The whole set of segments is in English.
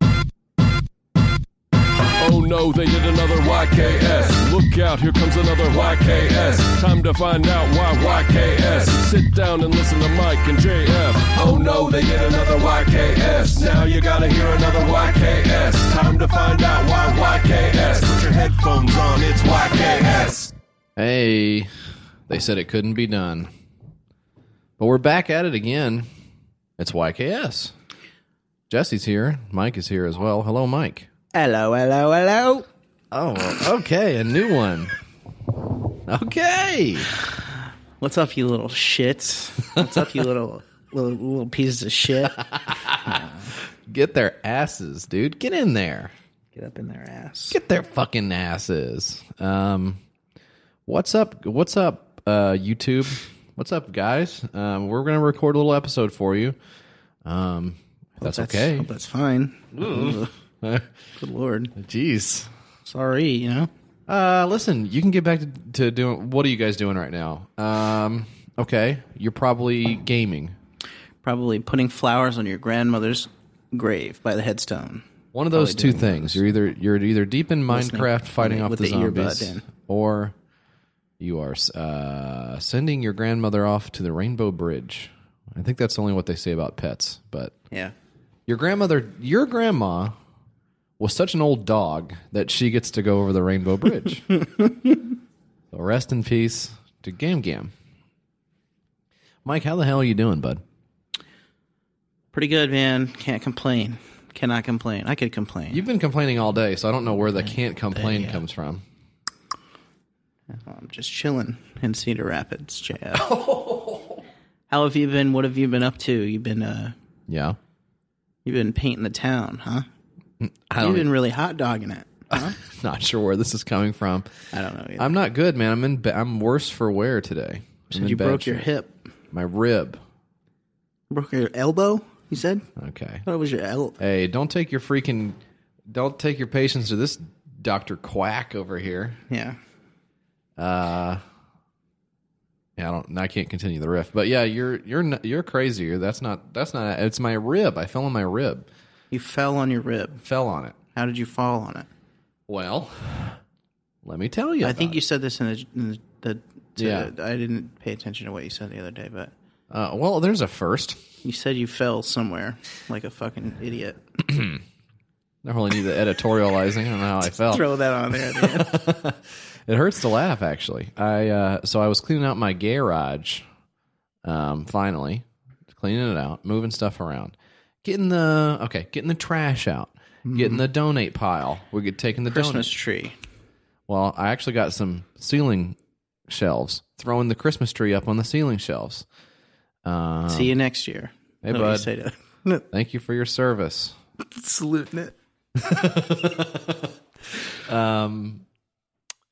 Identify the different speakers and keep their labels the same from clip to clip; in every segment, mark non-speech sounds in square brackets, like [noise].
Speaker 1: know Oh, they did another YKS. Look out, here comes another YKS. Time to find out why YKS. Sit down and listen to Mike and JF. Oh no, they did another YKS. Now you gotta hear another YKS. Time to find out why YKS. Put your headphones on, it's YKS.
Speaker 2: Hey, they said it couldn't be done. But we're back at it again. It's YKS. Jesse's here. Mike is here as well. Hello, Mike.
Speaker 3: Hello, hello, hello.
Speaker 2: Oh, okay. A new one. Okay.
Speaker 3: What's up, you little shits? What's up, [laughs] you little little, little pieces of shit?
Speaker 2: Get their asses, dude. Get in there.
Speaker 3: Get up in their ass.
Speaker 2: Get their fucking asses. Um, what's up? What's up, uh, YouTube? What's up, guys? Um, we're going to record a little episode for you. Um, if that's, oh, okay.
Speaker 3: Hope that's fine. Ugh. Good lord.
Speaker 2: Jeez.
Speaker 3: Sorry, you know.
Speaker 2: Uh, listen, you can get back to, to doing. What are you guys doing right now? Um, okay, you're probably gaming.
Speaker 3: Probably putting flowers on your grandmother's grave by the headstone.
Speaker 2: One of those two things. You're either you're either deep in Minecraft fighting off
Speaker 3: with
Speaker 2: the,
Speaker 3: the earbud
Speaker 2: zombies,
Speaker 3: in.
Speaker 2: or you are uh, sending your grandmother off to the Rainbow Bridge. I think that's only what they say about pets. But
Speaker 3: Yeah.
Speaker 2: your grandmother, your grandma, was such an old dog that she gets to go over the Rainbow
Speaker 3: [laughs]
Speaker 2: Bridge. so rest in peace to Gam Gam. Mike, how the hell are you doing, bud?
Speaker 3: Pretty good, man. Can't complain. Cannot complain. I could complain.
Speaker 2: You've been complaining all day, so I don't know where the can't complain comes from.
Speaker 3: I'm just chilling in Cedar Rapids,
Speaker 2: [laughs]
Speaker 3: JF. How have you been? What have you been up to? You've been uh
Speaker 2: Yeah. [laughs]
Speaker 3: you've been painting the town, huh?
Speaker 2: I
Speaker 3: You've
Speaker 2: don't,
Speaker 3: been really hot dogging it. Huh?
Speaker 2: not sure where this is coming from.
Speaker 3: I don't know. Either.
Speaker 2: I'm not good, man. I'm in. Ba- I'm worse for wear today. I'm
Speaker 3: Said
Speaker 2: in
Speaker 3: you
Speaker 2: bad
Speaker 3: broke your
Speaker 2: shape.
Speaker 3: hip.
Speaker 2: My rib.
Speaker 3: Broke your elbow? You said? I
Speaker 2: Okay.
Speaker 3: thought it was your elbow.
Speaker 2: Hey, don't take your freaking. Don't take your patients to this Doctor Quack over here.
Speaker 3: Yeah.
Speaker 2: Yeah, I don't. I can't continue the riff. But yeah, you're you're n- you're crazier. That's not. That's not. It's my rib. I fell on my rib.
Speaker 3: You fell on your rib.
Speaker 2: Fell on it.
Speaker 3: How did you fall on it?
Speaker 2: Well, let me tell you.
Speaker 3: I think you said this in the. In the, the to
Speaker 2: Yeah.
Speaker 3: the- I didn't pay attention to what you said the other day, but
Speaker 2: Uh, well, there's a first.
Speaker 3: you said you fell somewhere like a fucking idiot.
Speaker 2: I really need the editorializing. I don't know
Speaker 3: [laughs]
Speaker 2: how I fell.
Speaker 3: Throw that on there. At the end.
Speaker 2: It hurts to laugh, actually. I uh, so I was cleaning out my garage, um, finally cleaning it out, moving stuff around, getting the okay, getting the trash out, getting the donate pile. We get taking the
Speaker 3: Mm-hmm. Christmas
Speaker 2: donate.
Speaker 3: tree.
Speaker 2: Well, I actually got some ceiling shelves, throwing the Christmas tree up on the ceiling shelves.
Speaker 3: See you next year.
Speaker 2: Hey,
Speaker 3: Nobody
Speaker 2: bud.
Speaker 3: Say that. [laughs]
Speaker 2: Thank you for your service.
Speaker 3: Saluting it.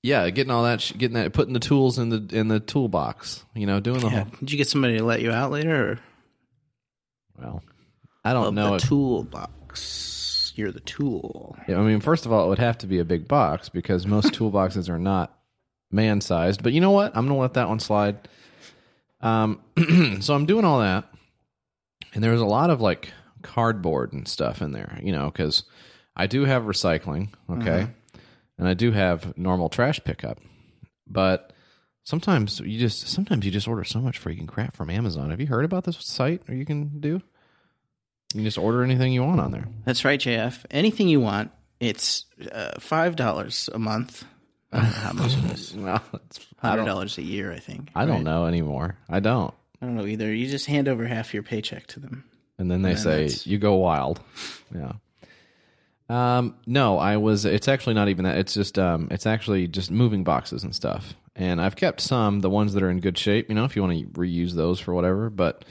Speaker 2: Yeah, getting all that, sh- getting that, putting the tools in the in the toolbox. You know, doing the
Speaker 3: Yeah.
Speaker 2: whole.
Speaker 3: Did you get somebody to let you out later? Or?
Speaker 2: Well, I don't know.
Speaker 3: the
Speaker 2: if-
Speaker 3: toolbox. You're the tool.
Speaker 2: Yeah, I mean, first of all, it would have to be a big box because [laughs] most toolboxes are not man sized. But you know what? I'm going to let that one slide. Um, [clears throat] so I'm doing all that. And there was a lot of like cardboard and stuff in there, you know, because I do have recycling. Okay. And I do have normal trash pickup. But sometimes you just, sometimes you just order so much freaking crap from Amazon. Have you heard about this site or you can do? You can just order anything you want on there.
Speaker 3: That's right, JF. Anything you want. It's uh, five dollars a month. I don't know How much it is?
Speaker 2: Well, it's,
Speaker 3: Hundred dollars a year, I think.
Speaker 2: I don't know anymore. I don't.
Speaker 3: I don't know either. You just hand over half your paycheck to them.
Speaker 2: And then they say
Speaker 3: that's-
Speaker 2: you go wild. Yeah. Um, no, I was. It's actually not even that. It's just. Um, it's actually just moving boxes and stuff. And I've kept some, the ones that are in good shape. You know, if you want to reuse those for whatever. But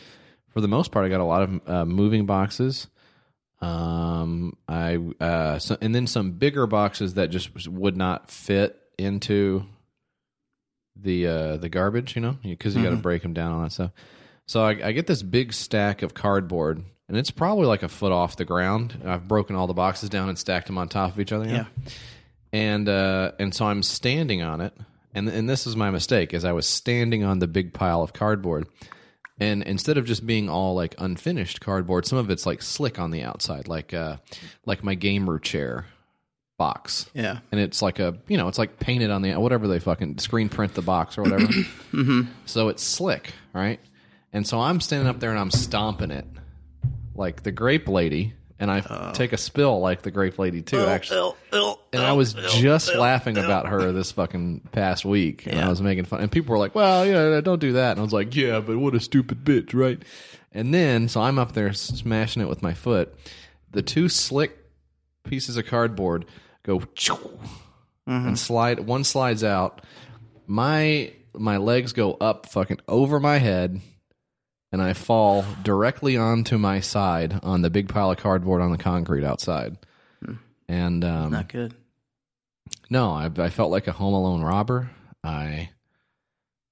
Speaker 2: for the most part, I got a lot of uh, moving boxes. Um, I uh, so, and then some bigger boxes that just would not fit into the uh the garbage. You know, because you got to break them down on that stuff. So I, I get this big stack of cardboard, and it's probably like a foot off the ground. And I've broken all the boxes down and stacked them on top of each other. you know? And uh, and so I'm standing on it, and and this is my mistake, is I was standing on the big pile of cardboard, and instead of just being all like unfinished cardboard, some of it's like slick on the outside, like uh, like my gamer chair. box.
Speaker 3: Yeah.
Speaker 2: And it's like a, you know, it's like painted on the, whatever they fucking screen print the box or whatever. So it's slick, right? And so I'm standing up there and I'm stomping it like the grape lady. And I take a spill like the grape lady too, actually. and I was just laughing about her this fucking past week, and I was making fun. And people were like, "Well, yeah, don't do that." And I was like, "Yeah, but what a stupid bitch, right?" And then, so I'm up there smashing it with my foot. The two slick pieces of cardboard go and slide. One slides out. My my legs go up, fucking over my head. And I fall directly onto my side on the big pile of cardboard on the concrete outside. And um,
Speaker 3: Not good.
Speaker 2: no, I, I felt like a home alone robber. I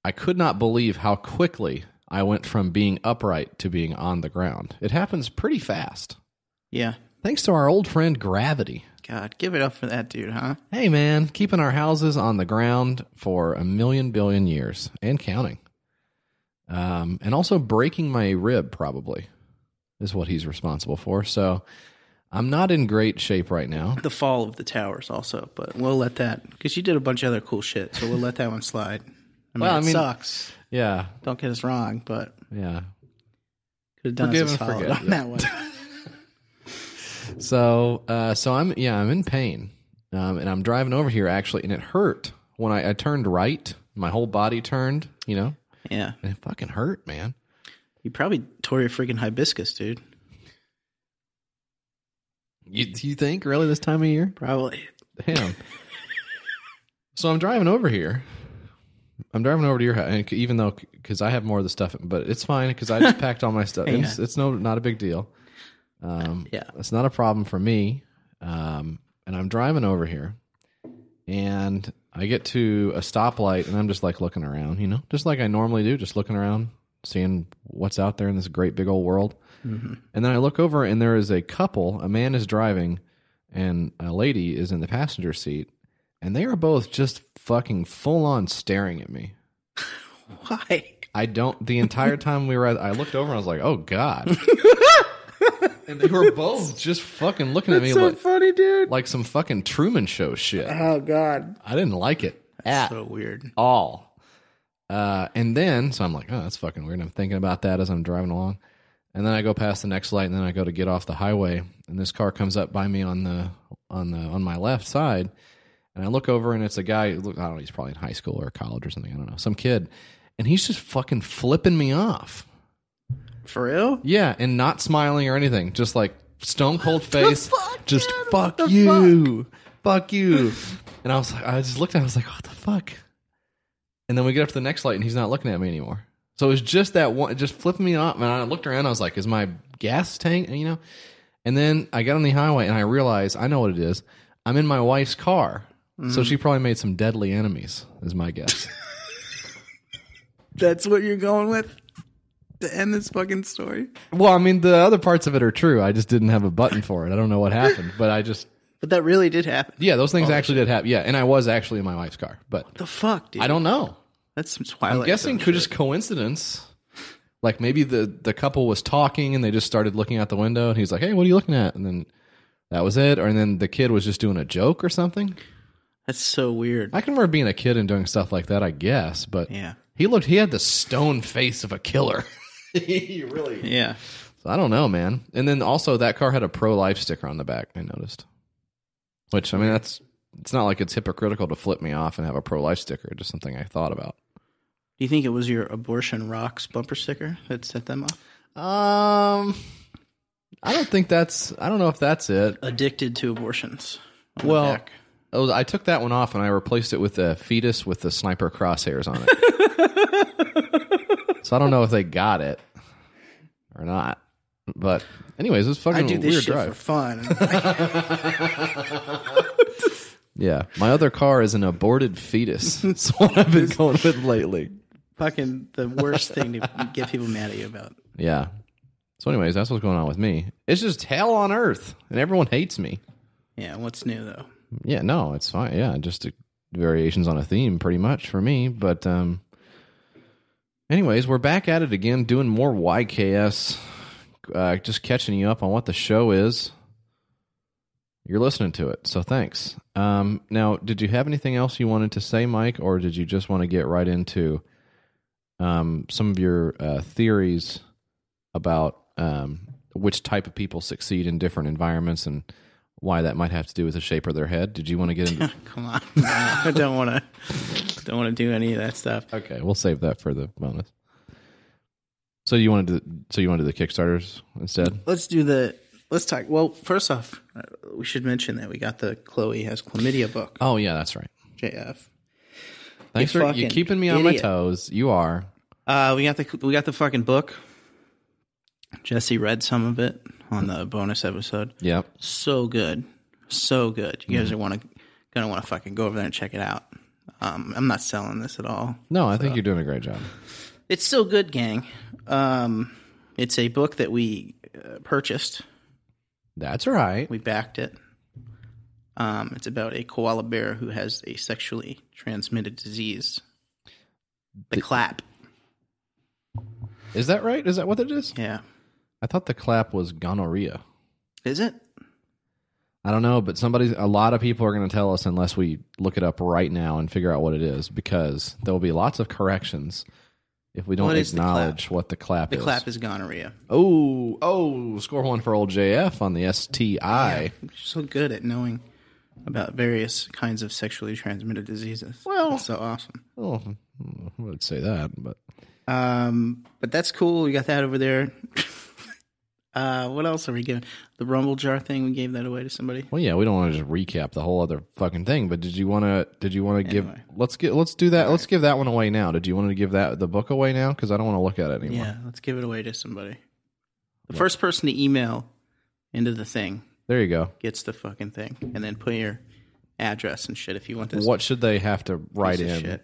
Speaker 2: I could not believe how quickly I went from being upright to being on the ground. It happens pretty fast.
Speaker 3: Yeah.
Speaker 2: Thanks to our old friend gravity.
Speaker 3: God, give it up for that dude, huh?
Speaker 2: Hey man, keeping our houses on the ground for a million billion years and counting. Um, and also breaking my rib probably is what he's responsible for. So I'm not in great shape right now.
Speaker 3: The fall of the towers, also, but we'll let that because you did a bunch of other cool shit, so we'll let that one slide. I mean,
Speaker 2: Well, I
Speaker 3: it
Speaker 2: mean-
Speaker 3: sucks.
Speaker 2: [laughs] Yeah,
Speaker 3: Don't get us wrong, but
Speaker 2: yeah.
Speaker 3: could have done
Speaker 2: Forgive
Speaker 3: us a
Speaker 2: and
Speaker 3: solid
Speaker 2: forget,
Speaker 3: on
Speaker 2: yeah.
Speaker 3: that one.
Speaker 2: So, uh, so I'm yeah, I'm in pain, um, and I'm driving over here actually, and it hurt when I, I turned right. My whole body turned, you know,
Speaker 3: Yeah,
Speaker 2: and it fucking hurt, man.
Speaker 3: you probably tore your freaking hibiscus, dude.
Speaker 2: You you think really this time of year?
Speaker 3: Probably.
Speaker 2: Damn. so I'm driving over here. I'm driving over to your house, and c- even though because I have more of the stuff, but it's fine because I just packed all my stuff.
Speaker 3: Yeah.
Speaker 2: It's, it's no not a big deal. Um, [laughs]
Speaker 3: Yeah.
Speaker 2: it's not a problem for me. Um, and I'm driving over here, and I get to a stoplight, and I'm just like looking around, you know, just like I normally do, just looking around, seeing what's out there in this great big old world. And then I look over, and there is a couple. A man is driving, and a lady is in the passenger seat, and they are both just fucking full on staring at me.
Speaker 3: Why?
Speaker 2: I don't. The entire time we were, at, I looked over and I was like, "Oh God!" and they were both just fucking looking at me like,
Speaker 3: funny, dude.
Speaker 2: like some fucking Truman Show shit.
Speaker 3: Oh God.
Speaker 2: I didn't like it at
Speaker 3: So weird.
Speaker 2: all. Uh, and then, so I'm like, "Oh, that's fucking weird." I'm thinking about that as I'm driving along, and then I go past the next light, and then I go to get off the highway, and this car comes up by me on the on the on my left side, and I look over, and it's a guy. Look, I don't know. He's probably in high school or college or something. I don't know. Some kid, and he's just fucking flipping me off.
Speaker 3: For real?
Speaker 2: Yeah, and not smiling or anything, just like stone [laughs] cold face, just fuck you, fuck. you. And I was like, I just looked at, him, I was like, what the fuck? And then we get up to the next light, and he's not looking at me anymore. So it was just that one, it just flipped me off, and I looked around, I was like, is my gas tank, you know? And then I got on the highway, and I realized I know what it is. I'm in my wife's car, so she probably made some deadly enemies, is my guess. [laughs]
Speaker 3: That's what you're going with to end this fucking story.
Speaker 2: well, I mean, the other parts of it are true. I just didn't have a button for it. I don't know what happened, but I just
Speaker 3: But that really did happen.
Speaker 2: Yeah, those things actually did happen. Yeah, and I was actually in my wife's car, but
Speaker 3: The fuck, dude.
Speaker 2: I don't know.
Speaker 3: That's some Twilight.
Speaker 2: I'm guessing
Speaker 3: Zone
Speaker 2: could
Speaker 3: shit.
Speaker 2: just coincidence. Like maybe the the couple was talking and they just started looking out the window, and he's like, "Hey, what are you looking at?" And then that was it. Or and then the kid was just doing a joke or something.
Speaker 3: That's so weird.
Speaker 2: I can remember being a kid and doing stuff like that, I guess. But
Speaker 3: Yeah.
Speaker 2: he looked. He had the stone face of a killer. he really.
Speaker 3: Yeah.
Speaker 2: So I don't know, man. And then also that car had a pro life sticker on the back. I noticed, which I mean that's it's not like it's hypocritical to flip me off and have a pro life sticker. Just something I thought about.
Speaker 3: Do you think it was your abortion rocks bumper sticker that set them off?
Speaker 2: Um, I don't think that's. I don't know if that's it.
Speaker 3: Addicted to abortions. on the
Speaker 2: Well,
Speaker 3: back.
Speaker 2: oh, I took that one off and I replaced it with a fetus with the sniper crosshairs on it.
Speaker 3: [laughs]
Speaker 2: so I don't know if they got it or not. But anyways, it was fucking
Speaker 3: I do this
Speaker 2: weird
Speaker 3: shit
Speaker 2: drive.
Speaker 3: for fun. [laughs]
Speaker 2: Yeah, my other car is an aborted fetus. That's what I've been going with lately.
Speaker 3: fucking the worst thing to get people mad at you about.
Speaker 2: Yeah. So, anyways, that's what's going on with me. It's just hell on earth, and everyone hates me.
Speaker 3: Yeah. What's new though?
Speaker 2: Yeah, no, it's fine. Yeah, just uh variations on a theme, pretty much for me. But, um, anyways, we're back at it again, doing more YKS. Uh, just catching you up on what the show is. You're listening to it, so thanks. Um, now, did you have anything else you wanted to say, Mike, or did you just want to get right into um, some of your uh, theories about um, which type of people succeed in different environments and why that might have to do with the shape of their head? Did you want to get
Speaker 3: [laughs]
Speaker 2: into?
Speaker 3: Come on, No, I don't want to. Don't want to do any of that stuff.
Speaker 2: okay, we'll save that for the bonus. So you want to do? So you want to do the kickstarters instead?
Speaker 3: Let's do the. Let's talk. Well, first off, uh, we should mention that we got the Chloe has chlamydia book.
Speaker 2: Oh yeah, that's right.
Speaker 3: JF.
Speaker 2: Thanks
Speaker 3: You
Speaker 2: for you
Speaker 3: fucking
Speaker 2: keeping me on my
Speaker 3: idiot.
Speaker 2: toes. You are.
Speaker 3: Uh, we got the we got the fucking book. Jesse read some of it on the bonus episode.
Speaker 2: Yep.
Speaker 3: So good, so good. You guys are want to gonna want to fucking go over there and check it out. Um, I'm not selling this at all.
Speaker 2: No, I think you're doing a great job.
Speaker 3: It's so good, gang. Um, it's a book that we uh, purchased.
Speaker 2: That's right.
Speaker 3: We backed it. Um, it's about a koala bear who has a sexually transmitted disease. The clap.
Speaker 2: Is that right? Is that what it is?
Speaker 3: Yeah.
Speaker 2: I thought the clap was gonorrhea.
Speaker 3: Is it?
Speaker 2: I don't know, but somebody's a lot of people are going to tell us unless we look it up right now and figure out what it is because there will be lots of corrections if we don't
Speaker 3: What is the clap?
Speaker 2: acknowledge what the clap
Speaker 3: The
Speaker 2: is.
Speaker 3: clap is gonorrhea.
Speaker 2: oh, oh, score one for old JF on the STI.
Speaker 3: so good at knowing about various kinds of sexually transmitted diseases.
Speaker 2: Well-
Speaker 3: That's so awesome.
Speaker 2: Oh, I would say that, but
Speaker 3: Um, but that's cool. We got that over there. [laughs] uh, what else are we giving? The rumble jar thing. We gave that away to somebody.
Speaker 2: well, yeah, we don't want to just recap the whole other fucking thing. But did you want to? Did you want to
Speaker 3: Anyway.
Speaker 2: give? Let's get. Let's do that. Let's give that one away now. Did you want to give that the book away now? Because I don't want to look at it anymore.
Speaker 3: Yeah, let's give it away to somebody. The first person to email into the thing
Speaker 2: There you go.
Speaker 3: gets the fucking thing, and then put your address and shit if you want this.
Speaker 2: What should they have to write
Speaker 3: piece
Speaker 2: in?
Speaker 3: of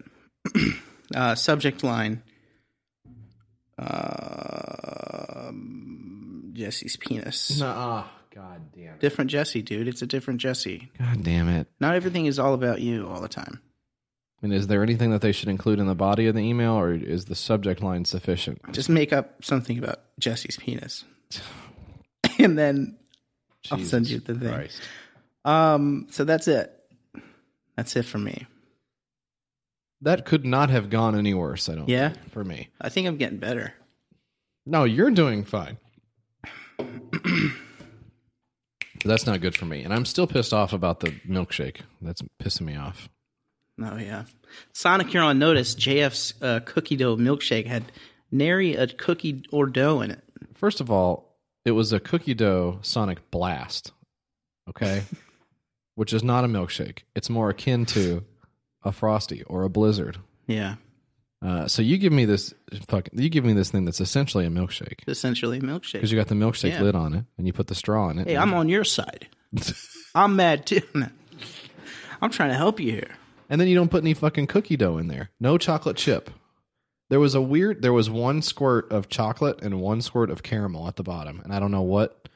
Speaker 3: shit. [clears throat] uh, subject line. Um Jesse's penis.
Speaker 2: Nuh-uh. God damn it.
Speaker 3: Different Jesse, dude. It's a different Jesse.
Speaker 2: God damn it.
Speaker 3: Not everything is all about you all the time.
Speaker 2: And is there anything that they should include in the body of the email, or is the subject line sufficient?
Speaker 3: Just make up something about Jesse's penis, [laughs] and then I'll send you the thing.
Speaker 2: Christ.
Speaker 3: Um, so that's it. That's it for me.
Speaker 2: That could not have gone any worse, I don't
Speaker 3: Yeah?
Speaker 2: think, for me.
Speaker 3: I think I'm getting better.
Speaker 2: No, you're doing
Speaker 3: [clears throat]
Speaker 2: fine. That's not good for me. And I'm still pissed off about the milkshake. That's pissing me off.
Speaker 3: Oh yeah, Sonic, you're on notice. JF's uh, cookie dough milkshake had nary a cookie or dough in it.
Speaker 2: First of all, it was a cookie dough Sonic Blast,
Speaker 3: [laughs]
Speaker 2: okay? Which is not a milkshake. It's more akin to a Frosty or a Blizzard.
Speaker 3: Yeah,
Speaker 2: Uh, so you give me this fuck, you give me this thing that's essentially a milkshake
Speaker 3: essentially milkshake.
Speaker 2: because you got the milkshake
Speaker 3: Yeah.
Speaker 2: lid on it and you put the straw in it.
Speaker 3: Hey, I'm on
Speaker 2: [laughs]
Speaker 3: your side. I'm mad too. I'm trying to help you here.
Speaker 2: and then you don't put any fucking cookie dough in there. No chocolate chip. There was a weird. There was one squirt of chocolate and one squirt of caramel at the bottom, and I don't know what,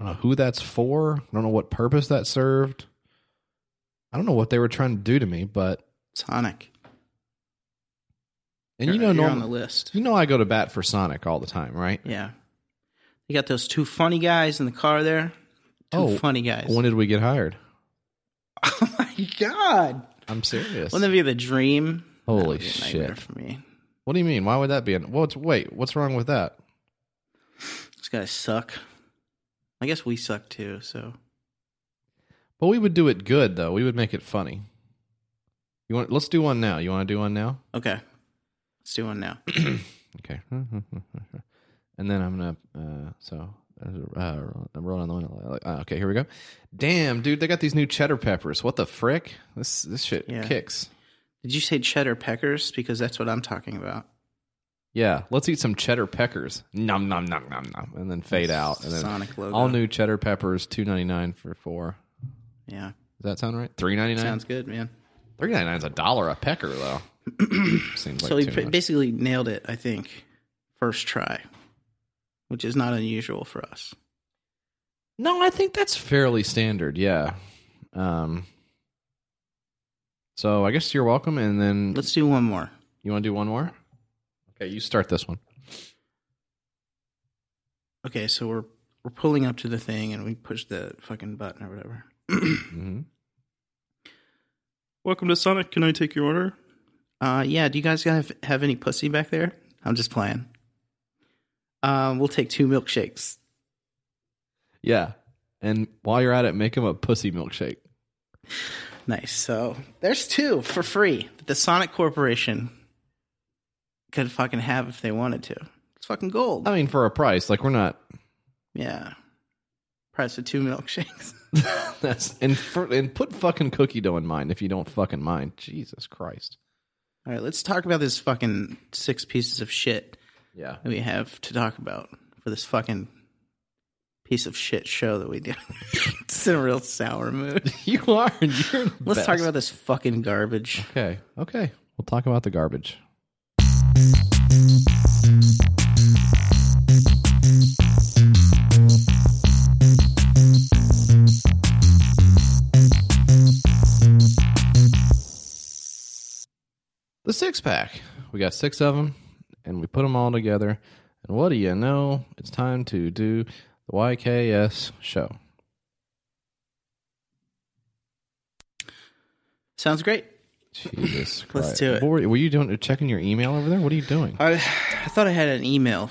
Speaker 2: I don't know who that's for. I don't know what purpose that served. I don't know what they were trying to do to me, but
Speaker 3: Sonic.
Speaker 2: and you
Speaker 3: you're
Speaker 2: know,
Speaker 3: on the
Speaker 2: norm,
Speaker 3: list.
Speaker 2: you know, I go to bat for Sonic all the time, right?
Speaker 3: Yeah. You got those two funny guys in the car there. Two
Speaker 2: Oh,
Speaker 3: funny guys.
Speaker 2: When did we get hired?
Speaker 3: [laughs] oh my god.
Speaker 2: I'm serious.
Speaker 3: Wouldn't that be the dream?
Speaker 2: Holy
Speaker 3: That would be a nightmare
Speaker 2: shit.
Speaker 3: For me,
Speaker 2: what do you mean? Why would that be? An, what's wait? What's wrong with that?
Speaker 3: these guys suck. I guess we suck too. So
Speaker 2: But we would do it good though. We would make it funny. You want? Let's do one now. You want to do one now?
Speaker 3: okay, let's do one now.
Speaker 2: Okay. [laughs] and then I'm gonna. Uh, so uh, uh, I'm rolling on the window. Like, uh, okay, here we go. Damn, dude, they got these new cheddar peppers. What the frick? This this shit
Speaker 3: Yeah.
Speaker 2: kicks.
Speaker 3: Did you say cheddar peckers? Because that's what I'm talking about.
Speaker 2: Yeah, let's eat some cheddar peckers. Nom nom nom nom nom, and then fade out. And then
Speaker 3: Sonic logo.
Speaker 2: all new cheddar peppers, two ninety nine for four.
Speaker 3: Yeah,
Speaker 2: Does that sound right? Three ninety nine.
Speaker 3: sounds good, man.
Speaker 2: Three ninety nine is a dollar a pecker
Speaker 3: [clears throat]
Speaker 2: though. Seems like
Speaker 3: So he
Speaker 2: too
Speaker 3: pr-
Speaker 2: much.
Speaker 3: basically nailed it, I think, first try, which is not unusual for us.
Speaker 2: No, I think that's fairly standard. Yeah. Um. So I guess you're welcome, and then
Speaker 3: Let's do one more.
Speaker 2: you want to do one more. Okay, you start this one.
Speaker 3: Okay, so we're we're pulling up to the thing and we push the fucking button or whatever.
Speaker 2: Mm-hmm.
Speaker 4: Welcome to Sonic. Can I take your order?
Speaker 3: Uh, yeah. Do you guys have have any pussy back there? I'm just playing. Um, we'll take two milkshakes.
Speaker 2: Yeah. And while you're at it, make him a pussy milkshake.
Speaker 3: Nice. So there's two for free that the Sonic Corporation could fucking have if they wanted to. It's fucking gold.
Speaker 2: I mean, for a price, like we're not.
Speaker 3: Yeah. Price of two milkshakes. [laughs]
Speaker 2: That's and for, and put fucking cookie dough in mind if you don't fucking mind. Jesus Christ.
Speaker 3: All right, let's talk about this fucking six pieces of shit
Speaker 2: Yeah.
Speaker 3: that we have to talk about for this fucking piece of shit show that we do. [laughs] it's in a real
Speaker 2: [laughs]
Speaker 3: sour mood.
Speaker 2: [laughs] You are. You're the
Speaker 3: Let's talk
Speaker 2: best.
Speaker 3: about this fucking garbage.
Speaker 2: Okay. Okay. We'll talk about the garbage. The six pack. We got six of them, and we put them all together. And what do you know? It's time to do the YKS show.
Speaker 3: Sounds great.
Speaker 2: Jesus Christ!
Speaker 3: [laughs] Let's do it.
Speaker 2: What were, you- were you doing? Checking your email over there? What are you doing?
Speaker 3: I I thought I had an email,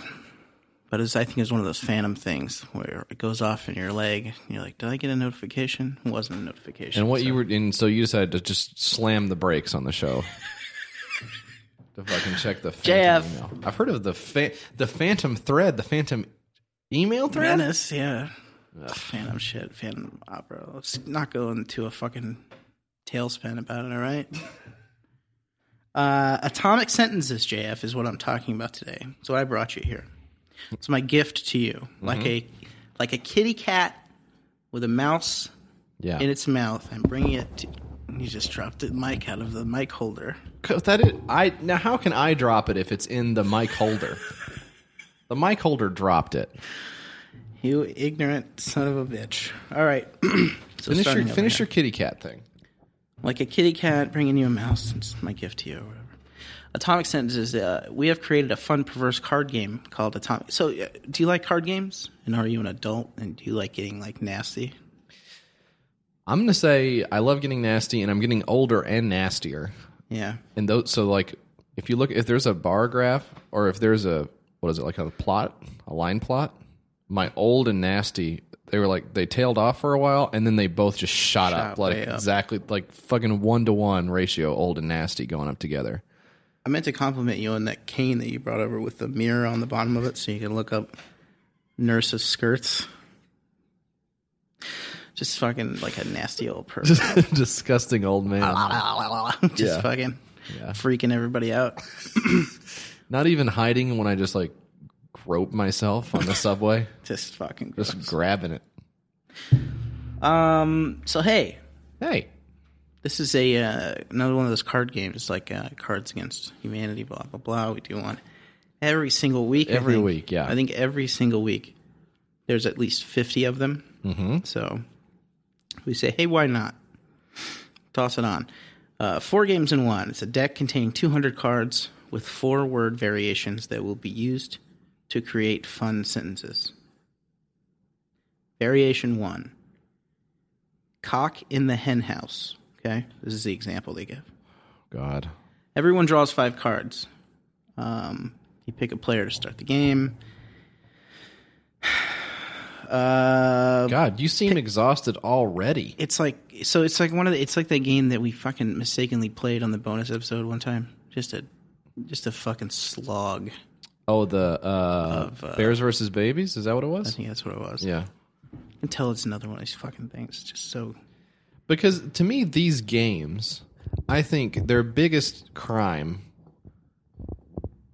Speaker 3: but it's, I think it's one of those phantom things where it goes off in your leg. And you're like, did I get a notification? It wasn't a notification.
Speaker 2: And what
Speaker 3: so-
Speaker 2: you were, and so you decided to just slam the brakes on the show.
Speaker 3: [laughs]
Speaker 2: to fucking check the phantom
Speaker 3: JF.
Speaker 2: email. I've heard of the fa- the phantom thread, the phantom email thread.
Speaker 3: Menace, yeah. Phantom shit, Phantom opera. Let's not go into a fucking tailspin about it, all right? [laughs] Uh, atomic sentences, JF, is what I'm talking about today. It's what I brought you here. It's my gift to you, like a
Speaker 2: Mm-hmm.
Speaker 3: like a kitty cat with a mouse
Speaker 2: Yeah,
Speaker 3: in its mouth. I'm bringing it. To, you just dropped the mic out of the mic holder.
Speaker 2: 'Cause that is, I now how can I drop it if it's in the mic holder? the mic holder dropped it.
Speaker 3: You ignorant son of a bitch. All right. [clears throat] so
Speaker 2: Finish your
Speaker 3: starting over
Speaker 2: finish
Speaker 3: here.
Speaker 2: your kitty cat thing.
Speaker 3: like a kitty cat bringing you a mouse. It's my gift to you, or whatever. Atomic Sentences. Uh, we have created a fun, perverse card game called Atomic. So, uh, do you like card games? And are you an adult? And do you like getting like nasty?
Speaker 2: I'm gonna say I love getting nasty, and I'm getting older and nastier.
Speaker 3: Yeah.
Speaker 2: And those, so like, if you look, if there's a bar graph, or if there's a what is it like a plot, a line plot, my old and nasty, they were like they tailed off for a while, and then they both just shot, up,
Speaker 3: Shot
Speaker 2: like
Speaker 3: way up.
Speaker 2: exactly like fucking one to one ratio, old and nasty going up
Speaker 3: [laughs]
Speaker 2: together.
Speaker 3: I meant to compliment you on that cane that you brought over with the mirror on the bottom of it, so you can look up nurses' skirts. Just fucking like a nasty old person.
Speaker 2: Disgusting old man.
Speaker 3: [laughs] Just fucking freaking everybody out.
Speaker 2: Not even hiding when I just like grope myself on the
Speaker 3: [laughs]
Speaker 2: subway,
Speaker 3: Just fucking.
Speaker 2: just grabbing it.
Speaker 3: Um. So hey,
Speaker 2: Hey,
Speaker 3: This is a uh, another one of those card games, like uh, Cards Against Humanity, blah blah blah. We do one every single week. I
Speaker 2: Every
Speaker 3: think.
Speaker 2: week, yeah.
Speaker 3: I think every single week there's at least fifty of them. Mm-hmm. So we say, hey, why not? Toss it on. Uh, four games in one. It's a deck containing two hundred cards with four word variations that will be used to create fun sentences. Variation one cock in the hen house. Okay, this is the example they give.
Speaker 2: God,
Speaker 3: Everyone draws five cards. Um, you pick a player to start the game. [sighs] Uh,
Speaker 2: God, you seem exhausted already.
Speaker 3: it's like so. It's like one of the. It's like that game that we fucking mistakenly played on the bonus episode one time. Just a, just a fucking slog.
Speaker 2: Oh, the uh, bears versus babies. Is that what it was?
Speaker 3: I think that's what it was.
Speaker 2: Yeah.
Speaker 3: Until it's another one of these fucking things. Just so.
Speaker 2: Because to me, these games, I think their biggest crime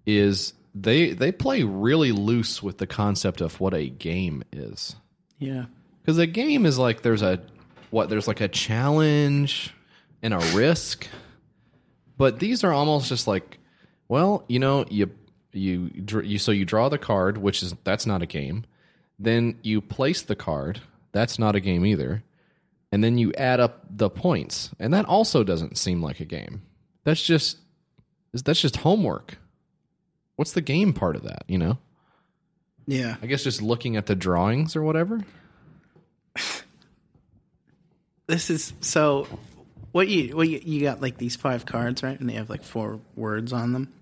Speaker 2: is they they play really loose with the concept of what a game is.
Speaker 3: Yeah.
Speaker 2: Because a game is like there's a what there's like a challenge and a risk, but these are almost just like, well, you know, you you dr- you so you draw the card, which is that's not a game. Then you place the card, that's not a game either, and then you add up the points, and that also doesn't seem like a game. That's just that's just homework. What's the game part of that? You know,
Speaker 3: Yeah.
Speaker 2: I guess just looking at the drawings or whatever.
Speaker 3: this is so. What you what you, you got like these five cards right, and they have like four words on them.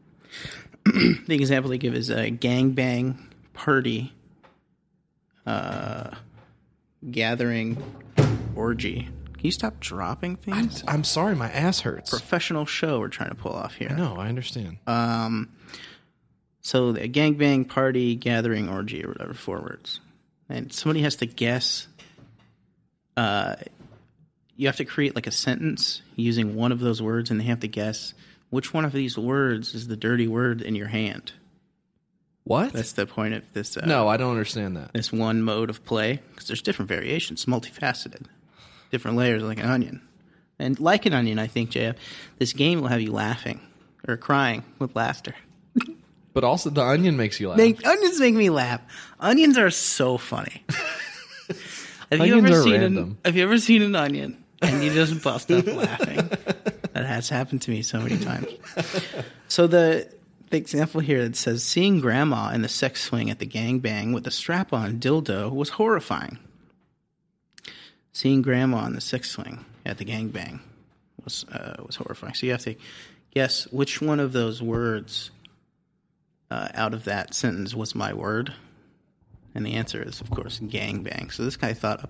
Speaker 3: [clears throat] the example they give is a gang bang party, uh, gathering, orgy. Can you stop dropping
Speaker 2: I'm,
Speaker 3: things?
Speaker 2: I'm sorry, my ass hurts.
Speaker 3: Professional show we're trying to pull off here.
Speaker 2: No, I understand.
Speaker 3: Uh, So a gangbang party, gathering, orgy, or whatever, four words. And somebody has to guess. Uh, you have to create like a sentence using one of those words, and they have to guess which one of these words is the dirty word in your hand.
Speaker 2: what?
Speaker 3: That's the point of this. Uh,
Speaker 2: no, I don't understand that.
Speaker 3: This one mode of play, because there's different variations, multifaceted, different layers like an onion. And like an onion, I think, JF, this game will have you laughing or crying with laughter.
Speaker 2: But also, the onion makes you laugh.
Speaker 3: Make, onions make me laugh. Onions are so funny. have you
Speaker 2: Onions
Speaker 3: ever
Speaker 2: are
Speaker 3: seen
Speaker 2: random.
Speaker 3: an Have you ever seen an onion and you just bust
Speaker 2: [laughs]
Speaker 3: up laughing? That has happened to me so many times. So the the example here that says seeing grandma in the sex swing at the gangbang with a strap on dildo was horrifying. Seeing grandma in the sex swing at the gangbang was uh, was horrifying. So you have to guess which one of those words uh, out of that sentence was my word, and the answer is of course gangbang. So this guy thought up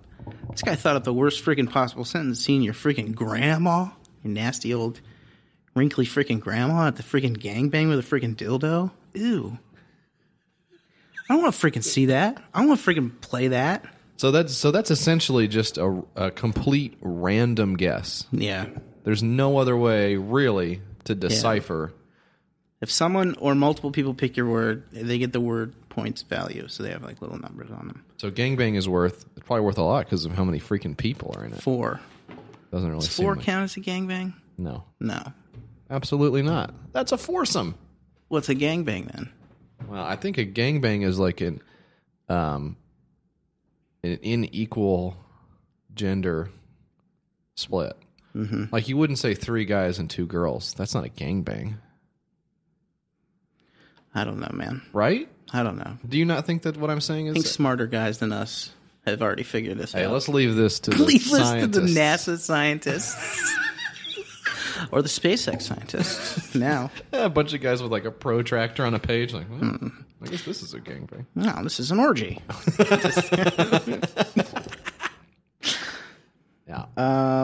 Speaker 3: this guy thought up the worst freaking possible sentence. Seeing your freaking grandma, your nasty old wrinkly freaking grandma at the freaking gangbang with a freaking dildo. Ew. I don't want to freaking see that. I don't want to freaking play that.
Speaker 2: So that's so that's essentially just a, a complete random guess.
Speaker 3: Yeah.
Speaker 2: There's no other way really to decipher.
Speaker 3: If someone or multiple people pick your word, they get the word points value, so they have like little numbers on them.
Speaker 2: So gangbang is worth it's probably worth a lot because of how many freaking people are in it.
Speaker 3: Four.
Speaker 2: Doesn't really seem
Speaker 3: Four
Speaker 2: like-
Speaker 3: count as a gangbang?
Speaker 2: no,
Speaker 3: No.
Speaker 2: absolutely not. That's a foursome.
Speaker 3: What's a gangbang then?
Speaker 2: Well, I think a gangbang is like an um an unequal gender split. Like you wouldn't say three guys and two girls. That's not a gangbang,
Speaker 3: I don't know, man.
Speaker 2: right?
Speaker 3: I don't know.
Speaker 2: Do you not think that what I'm saying is
Speaker 3: I think smarter guys than us have already figured this
Speaker 2: Hey,
Speaker 3: out.
Speaker 2: let's leave this to the
Speaker 3: [laughs] Please listen to the
Speaker 2: scientists. [laughs]
Speaker 3: NASA scientists or the SpaceX scientists. Now,
Speaker 2: Yeah, a bunch of guys with like a protractor on a page, like, well, I guess this is a gangbang.
Speaker 3: no, this is an orgy.
Speaker 2: Yeah,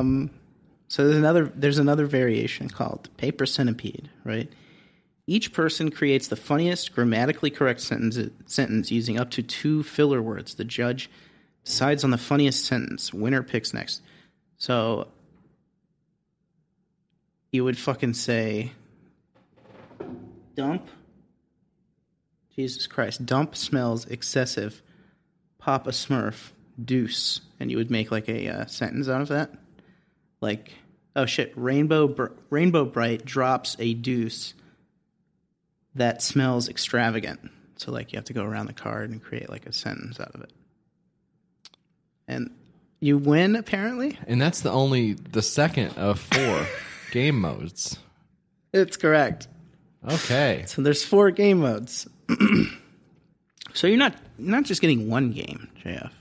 Speaker 3: So there's another there's another variation called paper centipede, right? Each person creates the funniest grammatically correct sentence sentence using up to two filler words. The judge decides on the funniest sentence. Winner picks next. So you would fucking say dump Jesus Christ, dump smells excessive. Papa Smurf, deuce, and you would make like a uh, sentence out of that like oh shit rainbow Br- rainbow bright drops a deuce that smells extravagant so like you have to go around the card and create like a sentence out of it and you win apparently
Speaker 2: and that's the only the second of [laughs] four game modes.
Speaker 3: it's correct
Speaker 2: Okay,
Speaker 3: so there's four game modes [clears throat] so you're not you're not just getting one game jf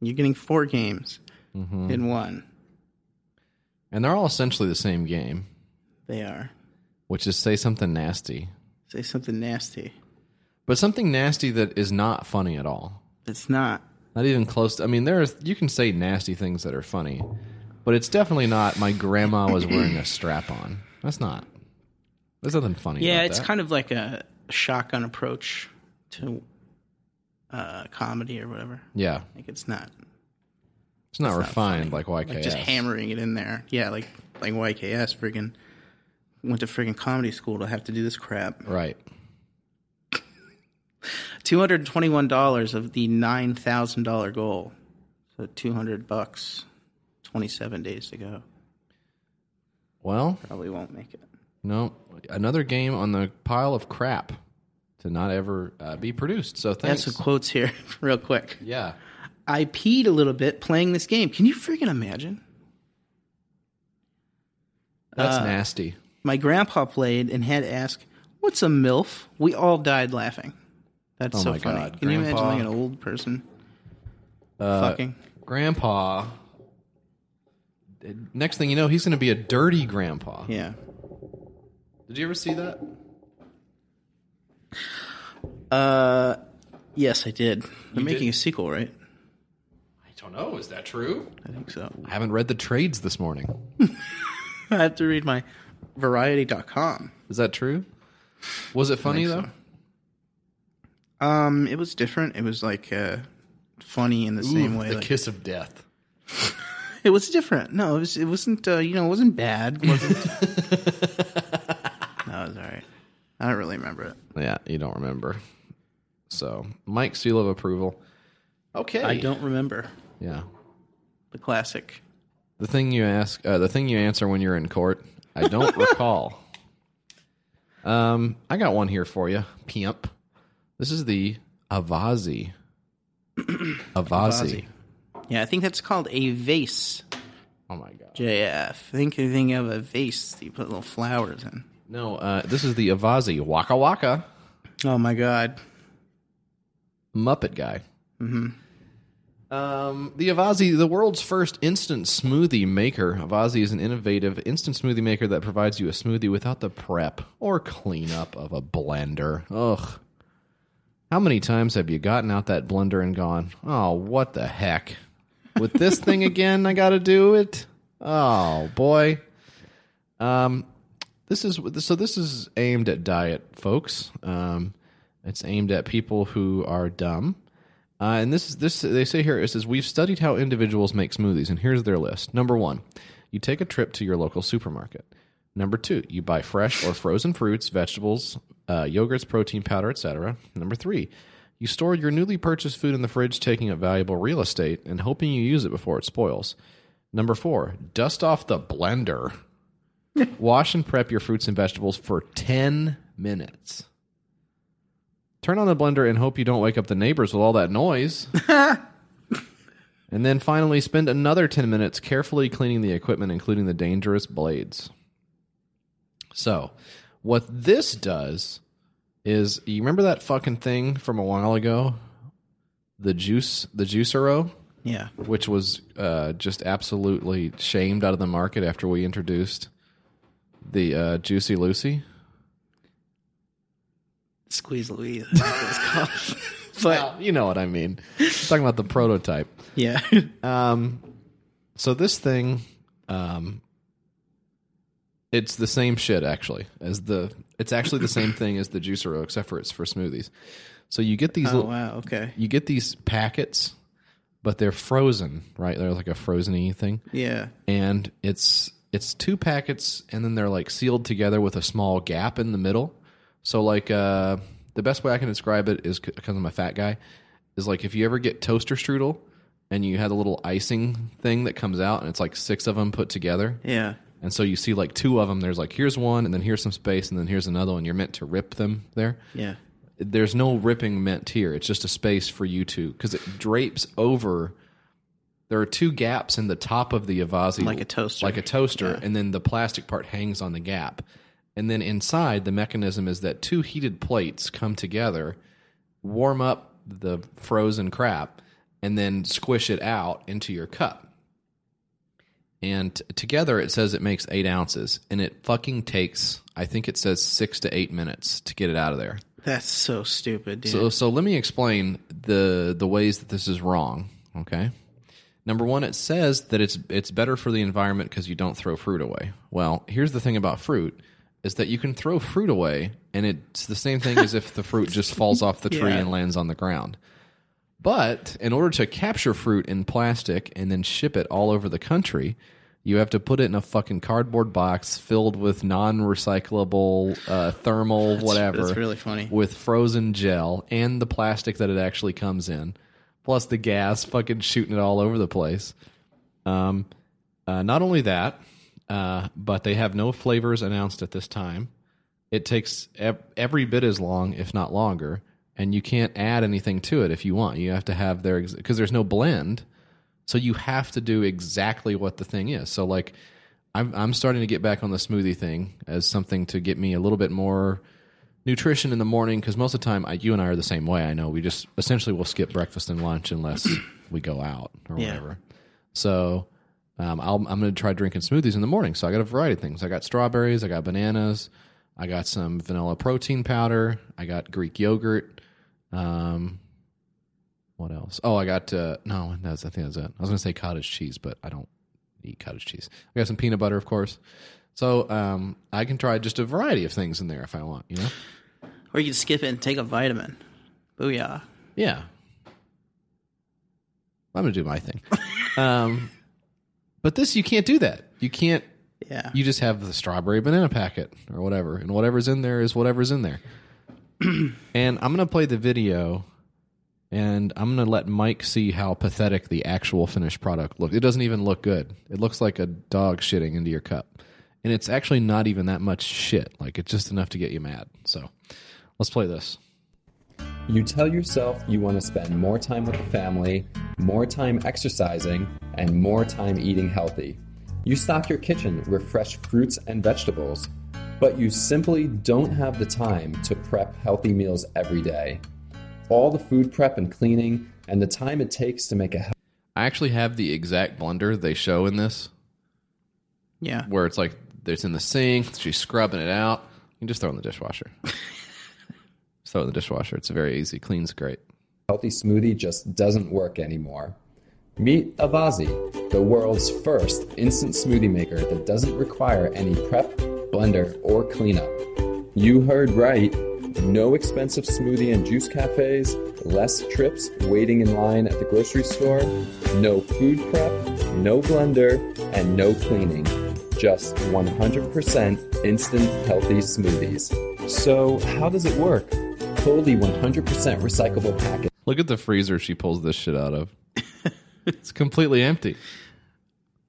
Speaker 3: you're getting four games in one
Speaker 2: and they're all essentially the same game,
Speaker 3: they are
Speaker 2: which is say something nasty,
Speaker 3: say something nasty
Speaker 2: but something nasty that is not funny at all.
Speaker 3: it's not
Speaker 2: Not even close. To, I mean, there are you can say nasty things that are funny, but it's definitely not. My grandma was wearing a strap on. That's not. There's nothing funny.
Speaker 3: Yeah,
Speaker 2: about
Speaker 3: it's
Speaker 2: that.
Speaker 3: kind of like a shotgun approach to uh, comedy or whatever.
Speaker 2: yeah.
Speaker 3: Like it's not
Speaker 2: It's not refined like YKS.
Speaker 3: like just hammering it in there. Yeah, like like YKS friggin' went to friggin' comedy school to have to do this crap.
Speaker 2: Right.
Speaker 3: Two hundred twenty one dollars of the nine thousand dollar goal. So two hundred bucks. Twenty seven days to go.
Speaker 2: Well,
Speaker 3: Probably won't make it.
Speaker 2: no, another game on the pile of crap to not ever uh, be produced. So
Speaker 3: I have
Speaker 2: thanks.
Speaker 3: some quotes here, [laughs] real quick.
Speaker 2: yeah.
Speaker 3: I peed a little bit playing this game. Can you friggin' imagine?
Speaker 2: That's
Speaker 3: Uh,
Speaker 2: nasty.
Speaker 3: my grandpa played and had to ask, "What's a milf?" We all died laughing. That's
Speaker 2: Oh
Speaker 3: so
Speaker 2: my
Speaker 3: funny.
Speaker 2: God,
Speaker 3: Can you imagine
Speaker 2: grandpa. Uh,
Speaker 3: like an old person fucking?
Speaker 2: Grandpa next thing you know, he's going to be a dirty grandpa.
Speaker 3: Yeah.
Speaker 2: Did you ever see that?
Speaker 3: Yes, I did. They're making
Speaker 2: did?
Speaker 3: a sequel, right?
Speaker 2: I don't know. Is that true?
Speaker 3: I think so. [laughs]
Speaker 2: I haven't read the trades this morning.
Speaker 3: I have to read my variety.com.
Speaker 2: Is that true? Was it funny though?
Speaker 3: Um, it was different. It was like uh, funny in the same
Speaker 2: Ooh,
Speaker 3: way.
Speaker 2: the
Speaker 3: like-
Speaker 2: kiss of death.
Speaker 3: it was different. No, it was. It wasn't. Uh, you know, it wasn't bad.
Speaker 2: [laughs]
Speaker 3: It wasn't. no, it was all right. I don't really remember it.
Speaker 2: Yeah, you don't remember. So Mike seal of approval. Okay.
Speaker 3: I don't remember
Speaker 2: Yeah.
Speaker 3: the classic.
Speaker 2: The thing you ask, uh, the thing you answer when you're in court. I don't recall. Um, I got one here for you, pimp. This is the Avazi. Avazi.
Speaker 3: Yeah, I think that's called a vase.
Speaker 2: Oh my god.
Speaker 3: JF. I think you think of a vase that you put little flowers in.
Speaker 2: No, uh, this is the Avazi Waka Waka
Speaker 3: Oh my god.
Speaker 2: Muppet guy. Um, the Avazi, the world's first instant smoothie maker. Avazi is an innovative instant smoothie maker that provides you a smoothie without the prep or cleanup of a blender. Ugh. How many times have you gotten out that blender and gone, oh, what the heck? With this thing again, I got to do it? Oh, boy. Um, this is so this is aimed at diet folks. Um, it's aimed at people who are dumb. Uh, and this is this they say here it says we've studied how individuals make smoothies, and here's their list. Number one, you take a trip to your local supermarket. Number two, you buy fresh or frozen fruits, vegetables, uh, yogurts, protein powder, etc. Number three, you store your newly purchased food in the fridge, taking up valuable real estate and hoping you use it before it spoils. Number four, dust off the blender. Wash and prep your fruits and vegetables for 10 minutes. Turn on the blender and hope you don't wake up the neighbors with all that noise. and then finally, spend another 10 minutes carefully cleaning the equipment, including the dangerous blades. So, what this does is you remember that fucking thing from a while ago? The juice, the juicero?
Speaker 3: Yeah.
Speaker 2: which was uh, just absolutely shamed out of the market after we introduced the uh, Juicy Lucy.
Speaker 3: Squeeze Louise. I think [laughs] it was called. but
Speaker 2: You know what I mean. talking about the prototype.
Speaker 3: [laughs] yeah.
Speaker 2: So this thing, um, it's the same shit actually as the. It's actually the same thing as the Juicero, except for it's for smoothies. So you get these
Speaker 3: oh
Speaker 2: little,
Speaker 3: wow. Okay.
Speaker 2: you get these packets, but they're frozen, right? They're like a frozen-y thing.
Speaker 3: Yeah.
Speaker 2: and it's it's two packets and then they're like sealed together with a small gap in the middle so like uh the best way i can describe it is because i'm a fat guy is like if you ever get toaster strudel and you had a little icing thing that comes out and it's like six of them put together
Speaker 3: Yeah.
Speaker 2: and so you see like two of them there's like here's one and then here's some space and then here's another one you're meant to rip them there
Speaker 3: Yeah.
Speaker 2: there's no ripping meant here. It's just a space for you to because it drapes over. There are two gaps in the top of the Avazi,
Speaker 3: Like a toaster.
Speaker 2: like a toaster, and then the plastic part hangs on the gap. And then inside, the mechanism is that two heated plates come together, warm up the frozen crap, and then squish it out into your cup. And t- together, it says it makes eight ounces, and it fucking takes. I think it says six to eight minutes to get it out of there.
Speaker 3: That's so stupid, dude.
Speaker 2: So, so let me explain the the ways that this is wrong. Okay. Number one, it says that it's it's better for the environment because you don't throw fruit away. Well, here's the thing about fruit is that you can throw fruit away, and it's the same thing as if the
Speaker 3: [laughs]
Speaker 2: fruit just falls off the tree
Speaker 3: Yeah.
Speaker 2: and lands on the ground. But in order to capture fruit in plastic and then ship it all over the country, you have to put it in a fucking cardboard box filled with non-recyclable uh, thermal whatever.
Speaker 3: that's really funny.
Speaker 2: With frozen gel and the plastic that it actually comes in, plus the gas fucking shooting it all over the place. Um, uh, not only that, uh, but they have no flavors announced at this time. It takes ev- every bit as long, if not longer, and you can't add anything to it if you want. You have to have their because there's no blend, so you have to do exactly what the thing is. So like, I'm I'm starting to get back on the smoothie thing as something to get me a little bit more nutrition in the morning because most of the time I, you and I are the same way. I know we just essentially will skip breakfast and lunch unless we go out or
Speaker 3: Yeah.
Speaker 2: whatever. So Um, I'll, I'm going to try drinking smoothies in the morning. So I got a variety of things. I got strawberries. I got bananas. I got some vanilla protein powder. I got Greek yogurt. Um, what else? Oh, I got uh, no. That's I think that's it. I was going to say cottage cheese, but I don't eat cottage cheese. I got some peanut butter, of course. So um, I can try just a variety of things in there if I want. You know?
Speaker 3: Or you can skip it and take a vitamin. Booyah.
Speaker 2: Yeah. I'm gonna do my thing. um, but this you can't do that. You can't.
Speaker 3: Yeah.
Speaker 2: You just have the strawberry banana packet or whatever, and whatever's in there is whatever's in there. [clears throat] and I'm gonna play the video, and I'm gonna let Mike see how pathetic the actual finished product looks. It doesn't even look good. It looks like a dog shitting into your cup, and it's actually not even that much shit. Like it's just enough to get you mad. So, let's play this.
Speaker 4: You tell yourself you want to spend more time with the family, more time exercising, and more time eating healthy. You stock your kitchen with fresh fruits and vegetables, but you simply don't have the time to prep healthy meals every day. All the food prep and cleaning, and the time it takes to make a
Speaker 2: I actually have the exact blunder they show in this,
Speaker 3: Yeah.
Speaker 2: where it's like it's in the sink, she's scrubbing it out. You can just throw it in the dishwasher. Just throw it in the dishwasher. It's very easy. Cleans great.
Speaker 4: healthy smoothie just doesn't work anymore. Meet Avazi, the world's first instant smoothie maker that doesn't require any prep, blender, or cleanup. You heard right. No expensive smoothie and juice cafes, less trips waiting in line at the grocery store, no food prep, no blender, and no cleaning. Just 100% instant healthy smoothies. So, how does it work? Totally 100% recyclable packaging.
Speaker 2: Look at the freezer she pulls this shit out of. it's completely empty.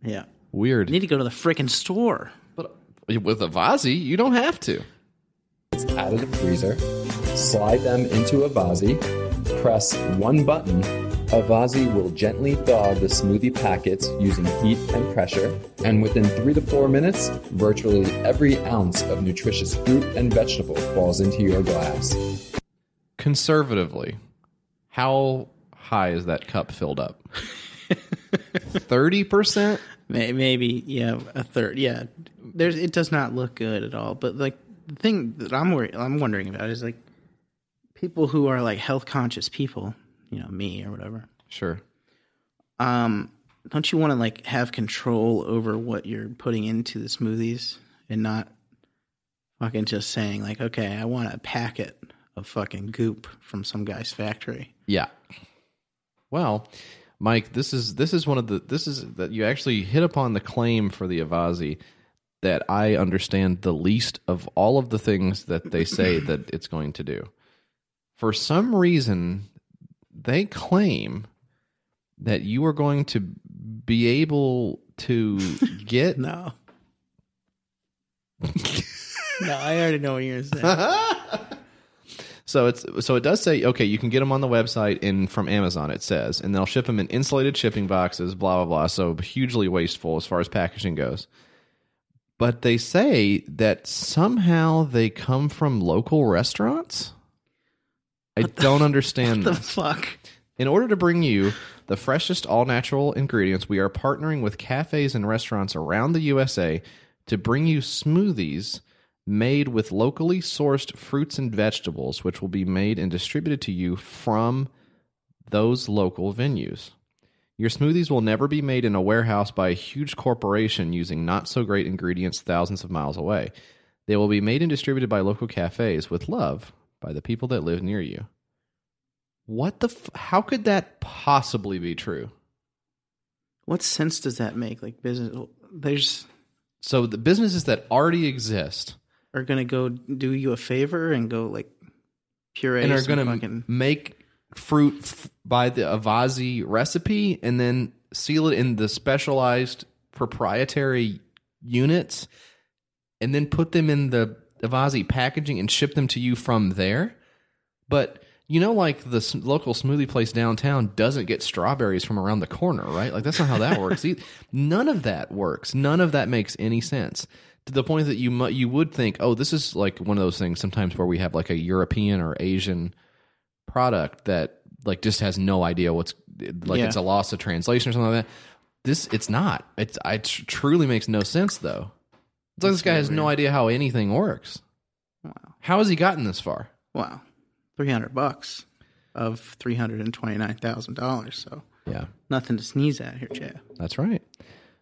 Speaker 3: Yeah.
Speaker 2: Weird.
Speaker 3: You need to go to the frickin' store.
Speaker 2: but uh, with a Vazi, you don't have to.
Speaker 4: out of the freezer, slide them into a Vazi, press one button. A Vazi will gently thaw the smoothie packets using heat and pressure, and within three to four minutes, virtually every ounce of nutritious fruit and vegetable falls into your glass.
Speaker 2: Conservatively, how high is that cup filled up? Thirty percent.
Speaker 3: May- Maybe, yeah, a third. Yeah, there's. It does not look good at all. But like the thing that I'm worried, I'm wondering about is like people who are like health conscious people, you know, me or whatever.
Speaker 2: Sure.
Speaker 3: Um, don't you want to like have control over what you're putting into the smoothies and not fucking just saying like, okay, I want a packet of fucking goop from some guy's factory.
Speaker 2: Yeah. Well, Mike, this is this is one of the this is that you actually hit upon the claim for the Avazi that I understand the least of all of the things that they say that it's going to do. For some reason, they claim that you are going to be able to get
Speaker 3: No. [laughs] no, I already know what you're gonna say.
Speaker 2: [laughs] So it's so it does say okay, you can get them on the website and from Amazon it says, and they'll ship them in insulated shipping boxes, blah blah blah. So hugely wasteful as far as packaging goes. But they say that somehow they come from local restaurants. I don't understand
Speaker 3: the
Speaker 2: this.
Speaker 3: fuck?
Speaker 2: In order to bring you the freshest all natural ingredients, we are partnering with cafes and restaurants around the USA to bring you smoothies made with locally sourced fruits and vegetables, which will be made and distributed to you from those local venues. Your smoothies will never be made in a warehouse by a huge corporation using not so great ingredients thousands of miles away. They will be made and distributed by local cafes with love by the people that live near you. What the? F- how could that possibly be true?
Speaker 3: What sense does that make? Like business, there's
Speaker 2: So the businesses that already exist
Speaker 3: are gonna go do you a favor and go like puree
Speaker 2: and are
Speaker 3: some
Speaker 2: going to
Speaker 3: fucking-
Speaker 2: make fruit f- by the Avazi recipe and then seal it in the specialized proprietary units and then put them in the Avazi packaging and ship them to you from there. But you know, like the s- local smoothie place downtown doesn't get strawberries from around the corner, right? Like that's not how that works. eith- None of that works. None of that makes any sense. To the point that you mu- you would think, oh, this is like one of those things sometimes where we have like a European or Asian product that like just has no idea what's like
Speaker 3: Yeah.
Speaker 2: it's a loss of translation or something like that. This it's not. It's I tr- truly makes no sense though. It's like this guy has no idea how anything works.
Speaker 3: Wow.
Speaker 2: How has he gotten this far?
Speaker 3: Wow. 300 bucks of $329,000. So
Speaker 2: Yeah,
Speaker 3: nothing to sneeze at here, Chad.
Speaker 2: that's right.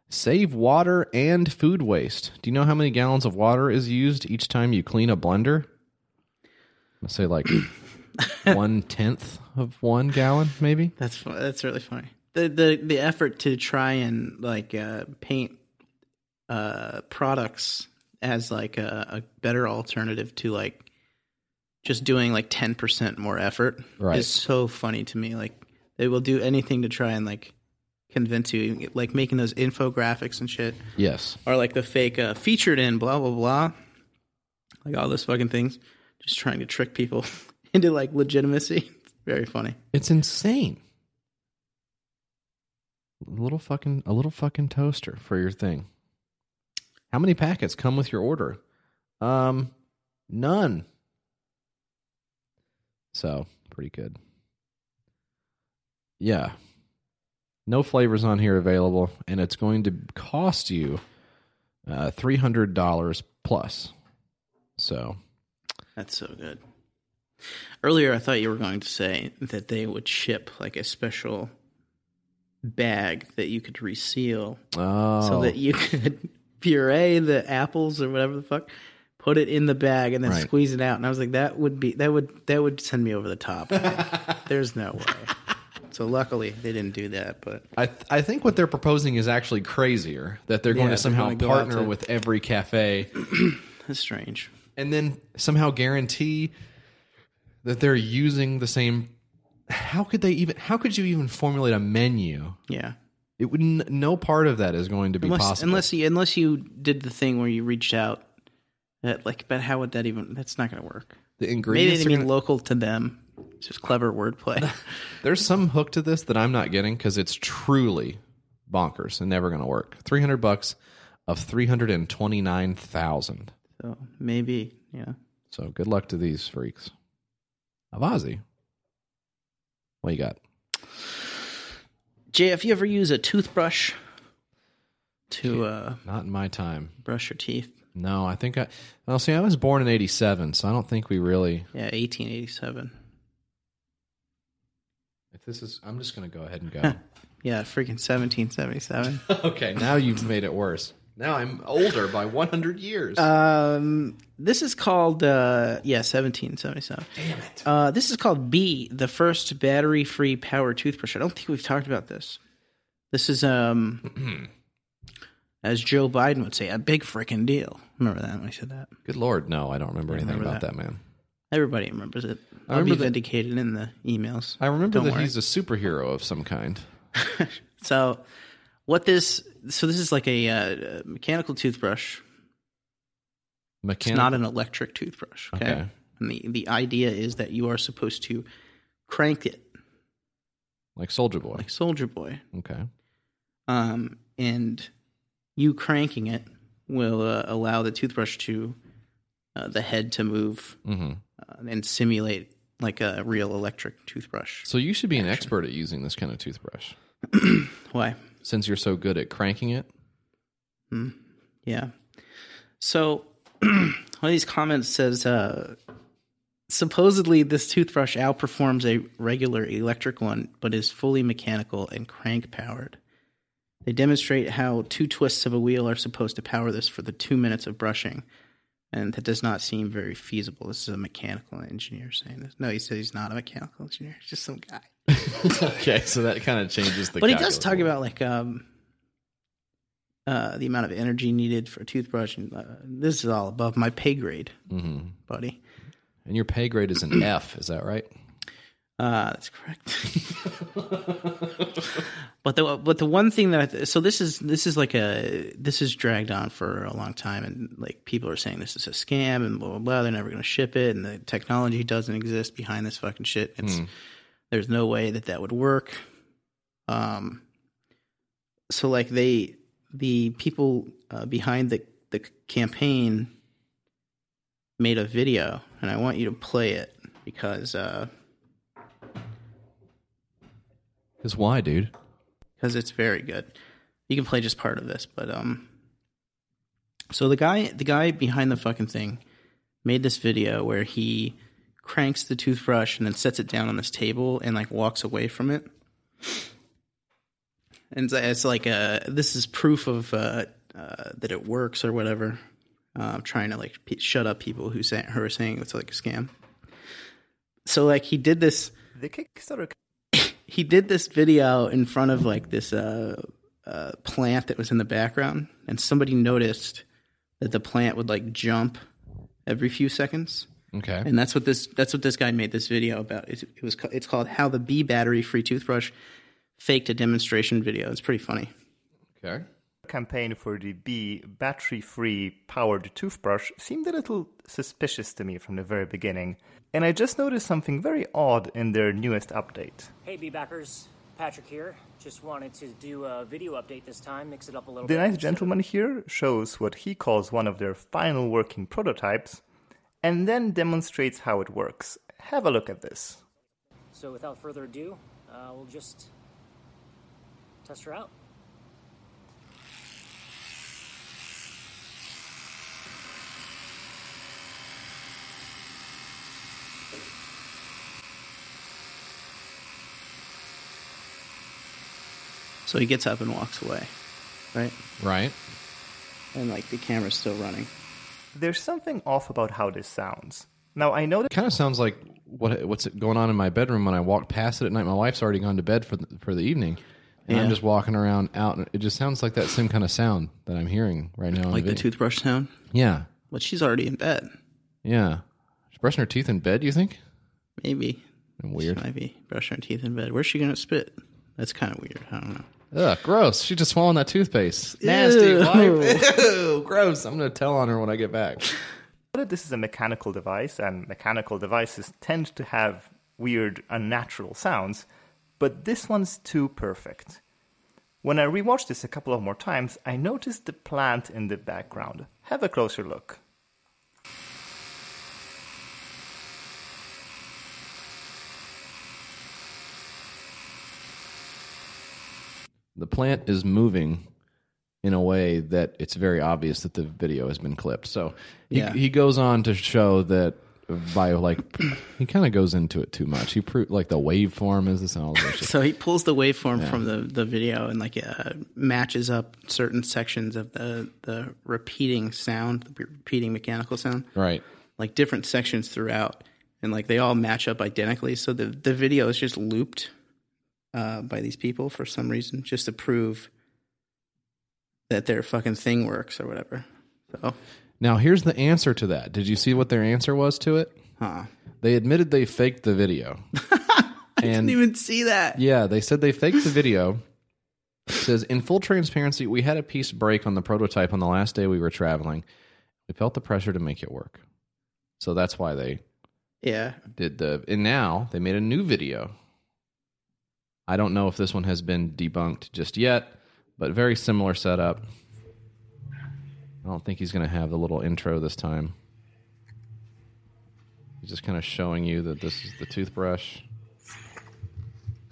Speaker 2: Save water and food waste. Do you know how many gallons of water is used each time you clean a blender? Let's say like one tenth of one gallon, maybe.
Speaker 3: That's fu- that's really funny. The the the effort to try and like uh, paint uh, products as like a, a better alternative to like just doing like ten percent more effort
Speaker 2: Right.
Speaker 3: is so funny to me. Like they will do anything to try and like convince you, like making those infographics and shit,
Speaker 2: Yes.
Speaker 3: or like the fake uh, featured in blah blah blah, like all those fucking things, just trying to trick people [laughs] into like legitimacy. [laughs] It's very funny.
Speaker 2: It's insane. A little fucking a little fucking toaster for your thing. How many packets come with your order? Um none. So, pretty good. Yeah. No flavors on here available and it's going to cost you uh $300 plus. So,
Speaker 3: That's so good. Earlier, I thought you were going to say that they would ship like a special bag that you could reseal
Speaker 2: oh,
Speaker 3: so that you could [laughs] puree the apples or whatever the fuck, put it in the bag and then
Speaker 2: Right.
Speaker 3: squeeze it out. And I was like, that would be that would that would send me over
Speaker 2: [laughs]
Speaker 3: the top. There's no way. So luckily, they didn't do that. But
Speaker 2: I, th- I think what they're proposing is actually crazier that they're going
Speaker 3: Yeah,
Speaker 2: to
Speaker 3: they're
Speaker 2: somehow
Speaker 3: gonna go out
Speaker 2: partner
Speaker 3: to-
Speaker 2: with every cafe
Speaker 3: that's strange.
Speaker 2: and then somehow guarantee that they're using the same how could they even how could you even formulate a menu
Speaker 3: Yeah.
Speaker 2: it would n- no part of that is going to be
Speaker 3: Unless,
Speaker 2: possible
Speaker 3: unless you unless you did the thing where you reached out, at like, but how would that even? That's not going to work.
Speaker 2: the
Speaker 3: Maybe
Speaker 2: ingredients
Speaker 3: they
Speaker 2: are
Speaker 3: mean
Speaker 2: gonna-
Speaker 3: local to them. It's just clever [laughs] wordplay.
Speaker 2: there's some hook to this that i'm not getting because it's truly bonkers and never going to work 300 bucks of 329000
Speaker 3: so maybe, yeah.
Speaker 2: So good luck to these freaks. Avazi. What you got?
Speaker 3: Jay, if you ever use a toothbrush to uh,
Speaker 2: Not in my time.
Speaker 3: brush your teeth,
Speaker 2: No, I think I. Well, see, I was born in '87, so I don't think we really.
Speaker 3: yeah, 1887.
Speaker 2: If this is, I'm just gonna go ahead and go.
Speaker 3: Yeah, freaking 1777.
Speaker 2: [laughs] okay, now you've made it worse. Now I'm older by 100 years.
Speaker 3: [laughs] um, this is called, uh, yeah, 1777. Damn it. Uh, this is called B, the first battery free power toothbrush. I don't think we've talked about this. This is, um, [clears throat] as Joe Biden would say, a big freaking deal. Remember that when I said that?
Speaker 2: Good lord, no, I don't remember anything
Speaker 3: remember
Speaker 2: about that. man.
Speaker 3: Everybody remembers it. I'll
Speaker 2: remember
Speaker 3: be
Speaker 2: that-
Speaker 3: vindicated in the emails.
Speaker 2: I remember
Speaker 3: Don't
Speaker 2: that
Speaker 3: worry.
Speaker 2: he's a superhero of some kind.
Speaker 3: So, what this? So this is like a uh, mechanical toothbrush. It's
Speaker 2: Mechanic.
Speaker 3: not an electric toothbrush. Okay?
Speaker 2: Okay.
Speaker 3: And the the idea is that you are supposed to crank it
Speaker 2: like Soldier Boy.
Speaker 3: like Soldier Boy,
Speaker 2: Okay.
Speaker 3: um, and you cranking it will uh, allow the toothbrush to uh, the head to move
Speaker 2: hmm
Speaker 3: uh, and simulate like a real electric toothbrush.
Speaker 2: So you should be an expert at using this kind of toothbrush,
Speaker 3: Why?
Speaker 2: since you're so good at cranking
Speaker 3: [laughs]
Speaker 2: it.
Speaker 3: Yeah. So [clears throat] one of these comments says uh, supposedly this toothbrush outperforms a regular electric one, but is fully mechanical and crank powered. They demonstrate how two twists of a wheel are supposed to power this for the two minutes of brushing, and that does not seem very feasible. This is a mechanical engineer saying this. No, he says he's not a mechanical engineer. He's just some guy
Speaker 2: okay, so that kind of changes the.
Speaker 3: but he
Speaker 2: calculus.
Speaker 3: does talk about like um uh the amount of energy needed for a toothbrush and uh, this is all above my pay grade buddy
Speaker 2: And your pay grade is
Speaker 3: [clears throat]
Speaker 2: an F, is that right?
Speaker 3: uh that's correct but the but the one thing that I th- so this is this is like a this is dragged on for a long time and like people are saying this is a scam and blah blah blah they're never going to ship it and the technology doesn't exist behind this fucking shit it's there's no way that that would work um so like they the people uh, behind the the campaign made a video and i want you to play it because uh
Speaker 2: Because why, dude?
Speaker 3: because it's very good You can play just part of this, but um. So the guy, the guy behind the fucking thing, made this video where he cranks the toothbrush and then sets it down on this table and like walks away from it. And it's, it's like uh this is proof of uh, uh, that it works or whatever. Uh, trying to like p- shut up people who say who are saying it's like a scam. So like he did this
Speaker 5: The Kickstarter
Speaker 3: he did this video in front of like this uh, uh, plant that was in the background, and somebody noticed that the plant would like jump every few seconds,
Speaker 2: Okay.
Speaker 3: and that's what this that's what this guy made this video about. It, it was ca- it's called "How the Bee Battery Free Toothbrush Faked a Demonstration Video." It's pretty funny.
Speaker 2: Okay.
Speaker 5: campaign for the B battery-free powered toothbrush seemed a little suspicious to me from the very beginning, and I just noticed something very odd in their newest update.
Speaker 6: Hey, B-backers. Patrick here. Just wanted to do a video update this time, mix it up a little
Speaker 5: The
Speaker 6: bit.
Speaker 5: nice
Speaker 6: instead of-
Speaker 5: gentleman here shows what he calls one of their final working prototypes and then demonstrates how it works. Have a look at this.
Speaker 6: So without further ado, uh, we'll just test her out.
Speaker 3: So he gets up and walks away, right?
Speaker 2: Right.
Speaker 3: And like the camera's still running.
Speaker 5: There's something off about how this sounds. Now, I know that
Speaker 2: Kind of sounds like what what's going on in my bedroom when I walk past it at night. My wife's already gone to bed for the, for the evening, and I'm
Speaker 3: Yeah.
Speaker 2: just walking around out. And it just sounds like that same kind of sound that I'm hearing right now. on
Speaker 3: Like the
Speaker 2: video.
Speaker 3: toothbrush sound.
Speaker 2: Yeah.
Speaker 3: But she's already in bed.
Speaker 2: Yeah. She's brushing her teeth in bed. You think?
Speaker 3: Maybe
Speaker 2: Weird.
Speaker 3: she might be brushing her teeth in bed. Where's she gonna spit? That's kind of weird. I don't know.
Speaker 2: Ugh, gross. She just swallowed that toothpaste. Nasty.
Speaker 3: [laughs]
Speaker 2: wife. [laughs] Ew, gross. I'm going to tell on her when I get back.
Speaker 5: that this is a mechanical device, and mechanical devices tend to have weird, unnatural sounds, but this one's too perfect. When I rewatched this a couple of more times, I noticed the plant in the background. Have a closer look.
Speaker 2: The plant is moving in a way that it's very obvious that the video has been clipped. So he,
Speaker 3: Yeah.
Speaker 2: he goes on to show that by like [clears throat] he kind of goes into it too much. He proved like the waveform is this and all this shit.
Speaker 3: [laughs] So he pulls the waveform from the, the video and like uh, matches up certain sections of the the repeating sound, the repeating mechanical sound,
Speaker 2: Right.
Speaker 3: like different sections throughout, and like they all match up identically. So the the video is just looped uh, by these people for some reason, just to prove that their fucking thing works or whatever. So
Speaker 2: Now here's the answer to that. Did you see what their answer was to it?
Speaker 3: huh.
Speaker 2: They admitted they faked the
Speaker 3: [laughs]
Speaker 2: video. and
Speaker 3: didn't even see that.
Speaker 2: Yeah, they said they faked the video. It says in full transparency, we had a piece break on the prototype on the last day we were traveling. We felt the pressure to make it work, so that's why they
Speaker 3: Yeah.
Speaker 2: did the. And now they made a new video. I don't know if this one has been debunked just yet, but very similar setup. I don't think he's going to have the little intro this time. He's just kind of showing you that this is the toothbrush,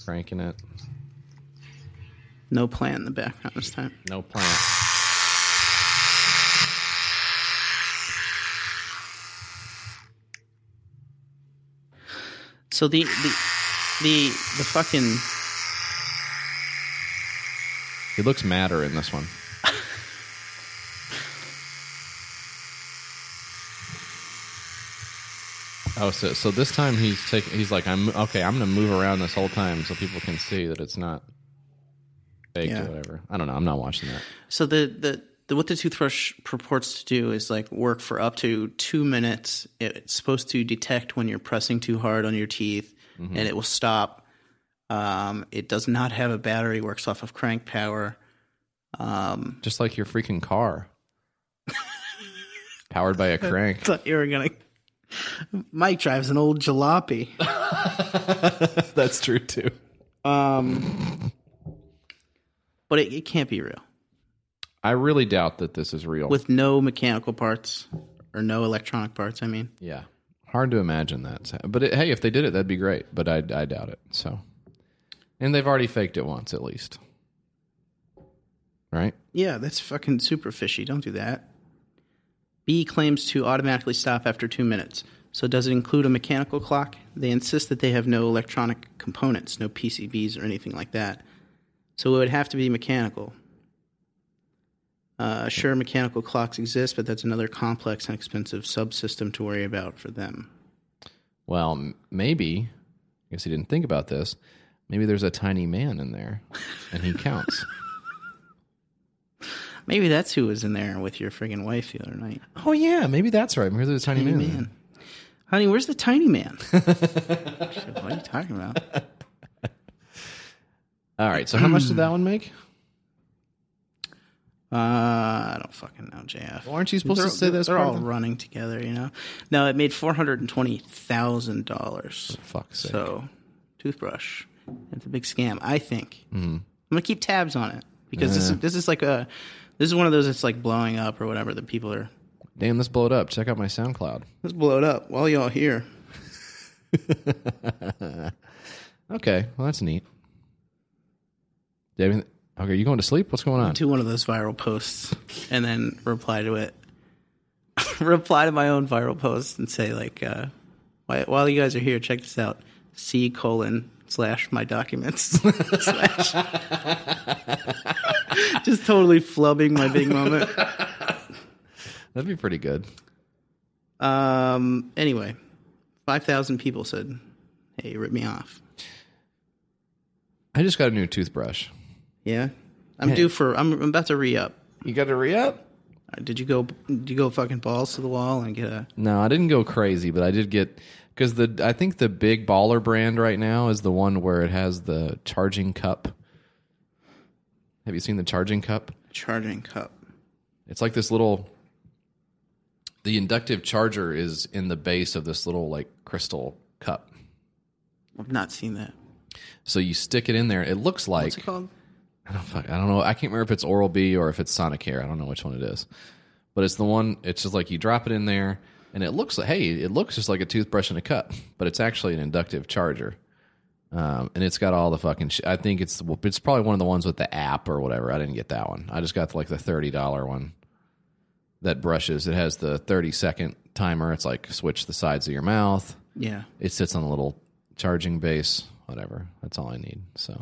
Speaker 2: cranking it.
Speaker 3: No plant in the background this time.
Speaker 2: No plant.
Speaker 3: So the the the the fucking
Speaker 2: He looks madder in this one. oh, so so this time he's taking. He's like, I'm okay. I'm gonna move around this whole time so people can see that it's not fake
Speaker 3: Yeah.
Speaker 2: or whatever. I don't know. I'm not watching that.
Speaker 3: so the, the the what the toothbrush purports to do is like work for up to two minutes. It's supposed to detect when you're pressing too hard on your teeth, and it will stop. Um, it does not have a battery. Works off of crank power. Um,
Speaker 2: Just like your freaking [laughs] car, powered by a crank.
Speaker 3: thought you were gonna. [laughs] Mike drives an old jalopy.
Speaker 2: That's true too.
Speaker 3: Um, but it, it can't be real
Speaker 2: I really doubt that this is real.
Speaker 3: with no mechanical parts or no electronic parts. I mean.
Speaker 2: Yeah. Hard to imagine that. But it, hey, if they did it, that'd be great. But I, I doubt it. So, and they've already faked it once at least, right?
Speaker 3: Yeah, that's fucking super fishy. Don't do that. B claims to automatically stop after two minutes. So does it include a mechanical clock? They insist that they have no electronic components, no PCBs or anything like that. So it would have to be mechanical. Uh, sure, mechanical clocks exist, but that's another complex and expensive subsystem to worry about for them.
Speaker 2: Well, m- maybe. I guess he didn't think about this. Maybe there's a tiny man in there, and he [laughs] counts.
Speaker 3: Maybe that's who was in there with your friggin' wife the other night.
Speaker 2: oh yeah, maybe that's right. Maybe there's a tiny,
Speaker 3: Tiny
Speaker 2: man. in there.
Speaker 3: man. Honey, where's the tiny man? [laughs] She said, what are you talking about?
Speaker 2: All right. So how much did that one [clears throat] make?
Speaker 3: Uh, I don't fucking know, JF.
Speaker 2: Well, aren't you supposed to
Speaker 3: They're-
Speaker 2: say that's
Speaker 3: They're
Speaker 2: part
Speaker 3: all
Speaker 2: of the-
Speaker 3: running together, you know. No, it made four hundred and twenty thousand dollars.
Speaker 2: Fuck's sake.
Speaker 3: So, toothbrush. That's a big scam, I think.
Speaker 2: Mm-hmm.
Speaker 3: I'm gonna keep tabs on it because this is this is like a this is one of those that's like blowing up or whatever that people are
Speaker 2: Damn, let's blow it up. Check out my SoundCloud.
Speaker 3: let's blow it up while y'all here.
Speaker 2: Okay. Well, that's neat. Do you have anything- Okay, you going to sleep? What's going on?
Speaker 3: Do one of those viral posts and then reply to it. [laughs] reply to my own viral post and say like, uh, why, while you guys are here, check this out. C colon slash my documents [laughs] slash. [laughs] Just totally flubbing my big moment.
Speaker 2: That'd be pretty good.
Speaker 3: Um. Anyway, five thousand people said, "Hey, rip me off."
Speaker 2: I just got a new toothbrush.
Speaker 3: Yeah, I'm due for. I'm, I'm about to re up.
Speaker 2: You got to re up?
Speaker 3: Did you go? Did you go fucking balls to the wall and get a?
Speaker 2: No, I didn't go crazy, but I did get because the I think the big baller brand right now is the one where it has the charging cup. Have you seen the charging cup?
Speaker 3: charging cup.
Speaker 2: It's like this little. The inductive charger is in the base of this little like crystal cup,
Speaker 3: I've not seen that.
Speaker 2: so you stick it in there. It looks like
Speaker 3: What's it called?
Speaker 2: I don't fuck, I don't know. I can't remember if it's Oral B or if it's Sonicare. I don't know which one it is. But it's the one it's just like you drop it in there and it looks like hey, it looks just like a toothbrush in a cup, [laughs] but it's actually an inductive charger. Um, and it's got all the fucking shit. I think it's it's probably one of the ones with the app or whatever. I didn't get that one. I just got like the $30 one that brushes. It has the 30 second timer. It's like switch the sides of your mouth.
Speaker 3: Yeah.
Speaker 2: It sits on a little charging base, whatever. That's all I need. So,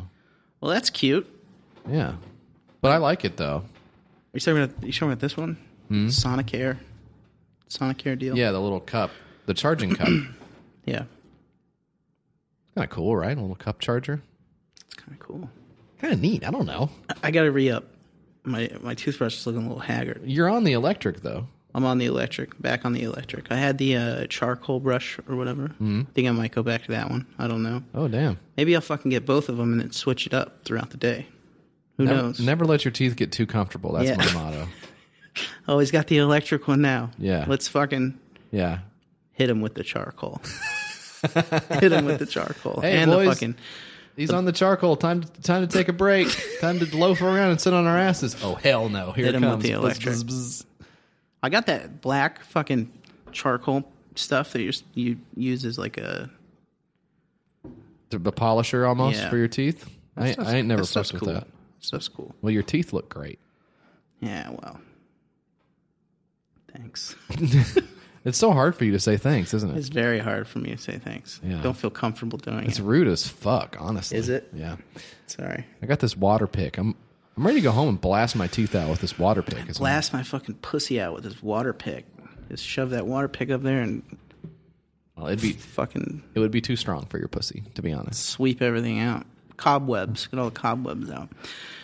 Speaker 3: Well, that's cute.
Speaker 2: yeah. But I like it though.
Speaker 3: Are you talking about? Are you talking about this one? Sonicare. Sonicare deal.
Speaker 2: Hmm? Yeah, the little cup, the charging
Speaker 3: [clears throat]
Speaker 2: cup. Kind
Speaker 3: Yeah.
Speaker 2: of cool, right? A little cup charger.
Speaker 3: It's kind of cool.
Speaker 2: Kind of neat. I don't know.
Speaker 3: I- I got to re up. My my toothbrush is looking a little haggard.
Speaker 2: You're on the electric though.
Speaker 3: I'm on the electric. Back on the electric. I had the uh, charcoal brush or whatever.
Speaker 2: Hmm?
Speaker 3: I think I might go back to that one. I don't know.
Speaker 2: Oh damn.
Speaker 3: Maybe I'll fucking get both of them and then switch it up throughout the day. Who
Speaker 2: Never,
Speaker 3: knows?
Speaker 2: never let your teeth get too comfortable. That's
Speaker 3: Yeah.
Speaker 2: my motto.
Speaker 3: Oh, he's got the electric one now.
Speaker 2: Yeah.
Speaker 3: Let's fucking
Speaker 2: Yeah.
Speaker 3: hit him with
Speaker 2: [laughs]
Speaker 3: the charcoal. hit him with the charcoal
Speaker 2: Hey,
Speaker 3: and
Speaker 2: boys.
Speaker 3: the fucking.
Speaker 2: He's on the charcoal. Time to, time to take a break. time to loaf around and sit on our asses. Oh hell no. Here
Speaker 3: Hit
Speaker 2: it
Speaker 3: 'em with
Speaker 2: comes.
Speaker 3: the
Speaker 2: Bzz,
Speaker 3: electric.
Speaker 2: bzz, bzz.
Speaker 3: I got that black fucking charcoal stuff that you you use as like a
Speaker 2: The, the polisher almost
Speaker 3: Yeah.
Speaker 2: for your teeth. I, I ain't never
Speaker 3: that stuff's
Speaker 2: fucked with
Speaker 3: cool.
Speaker 2: that.
Speaker 3: Stuff's cool.
Speaker 2: Well, your teeth look great.
Speaker 3: Yeah, well, thanks.
Speaker 2: It's so hard for you to say thanks, isn't it?
Speaker 3: It's very hard for me to say thanks.
Speaker 2: Yeah.
Speaker 3: Don't feel comfortable doing
Speaker 2: It's
Speaker 3: it.
Speaker 2: rude as fuck, honestly.
Speaker 3: Is it?
Speaker 2: Yeah.
Speaker 3: Sorry.
Speaker 2: I got this water pick. I'm I'm ready to go home and blast my teeth out with this water pick. It's
Speaker 3: Blast my fucking pussy out with this water pick. Just shove that water pick up there and
Speaker 2: well, it'd be
Speaker 3: fucking
Speaker 2: it would be too strong for your pussy, to be honest.
Speaker 3: sweep everything out. Cobwebs. Get all the cobwebs out.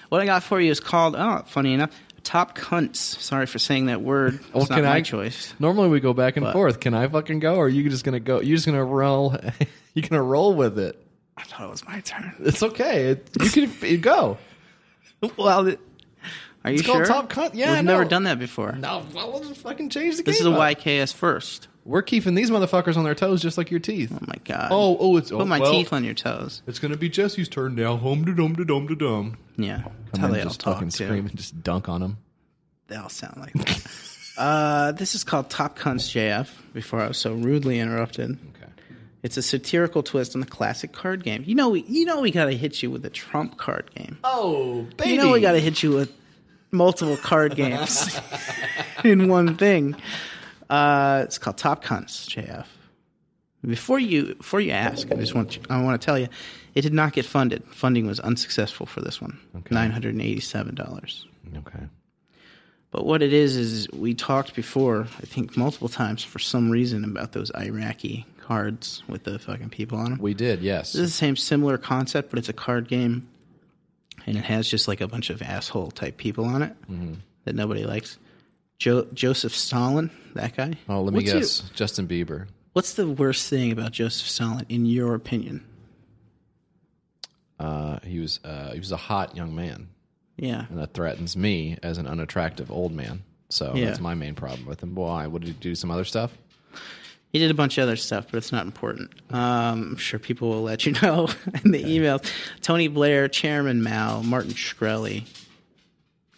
Speaker 3: What I got for you is called, oh, funny enough, Top Cunts. Sorry for saying that word. It's
Speaker 2: Well,
Speaker 3: not
Speaker 2: can
Speaker 3: my
Speaker 2: I-
Speaker 3: choice.
Speaker 2: Normally we go back and forth. Can I fucking go, or are you just gonna go? You're just gonna roll. [laughs] you're gonna roll with it.
Speaker 3: I thought it was my turn.
Speaker 2: It's okay. It, you can [laughs] you go. [laughs]
Speaker 3: well, it- are you
Speaker 2: It's
Speaker 3: sure?
Speaker 2: called Top Cunt. Yeah,
Speaker 3: We've
Speaker 2: I
Speaker 3: never
Speaker 2: know.
Speaker 3: done that before.
Speaker 2: No, well, we'll just fucking change the game.
Speaker 3: This is a
Speaker 2: up.
Speaker 3: YKS first.
Speaker 2: We're keeping these motherfuckers on their toes, just like your teeth.
Speaker 3: Oh my god.
Speaker 2: Oh, oh, it's oh,
Speaker 3: Put my
Speaker 2: well,
Speaker 3: teeth on your toes.
Speaker 2: It's gonna be Jesse's turn now. Home to dum to dum to dum.
Speaker 3: Yeah. That's
Speaker 2: And
Speaker 3: how
Speaker 2: then
Speaker 3: they all
Speaker 2: just
Speaker 3: talk
Speaker 2: fucking
Speaker 3: too.
Speaker 2: scream and just dunk on them.
Speaker 3: They all sound like that. [laughs] uh, this is called Top Cunts JF, before I was so rudely interrupted.
Speaker 2: Okay.
Speaker 3: It's a satirical twist on the classic card game. You know, we, you know, we gotta hit you with a trump card game.
Speaker 2: Oh, baby.
Speaker 3: You know, we gotta hit you with multiple
Speaker 2: [laughs]
Speaker 3: card games [laughs] in one thing. Uh, it's called Top Cunts, JF. Before you before you ask, I just want you, I want to tell you, it did not get funded. Funding was unsuccessful for this one. Nine hundred and eighty-seven dollars.
Speaker 2: Okay.
Speaker 3: But what it is is we talked before, I think multiple times for some reason about those Iraqi cards with the fucking people on them.
Speaker 2: We did, yes.
Speaker 3: This is the same similar concept, but it's a card game, and it has just like a bunch of asshole type people on it
Speaker 2: Mm-hmm.
Speaker 3: that nobody likes. Jo- Joseph Stalin, that guy.
Speaker 2: Oh, let me
Speaker 3: What's
Speaker 2: guess.
Speaker 3: your-
Speaker 2: Justin Bieber.
Speaker 3: what's the worst thing about Joseph Stalin, in your opinion?
Speaker 2: Uh, he was uh, he was a hot young man,
Speaker 3: Yeah,
Speaker 2: and that threatens me as an unattractive old man. So
Speaker 3: Yeah.
Speaker 2: that's my main problem with him. Why would he do some other stuff?
Speaker 3: he did a bunch of other stuff, but it's not important. Um, I'm sure people will let you [laughs] know in the emails. Tony Blair, Chairman Mao, Martin Shkreli.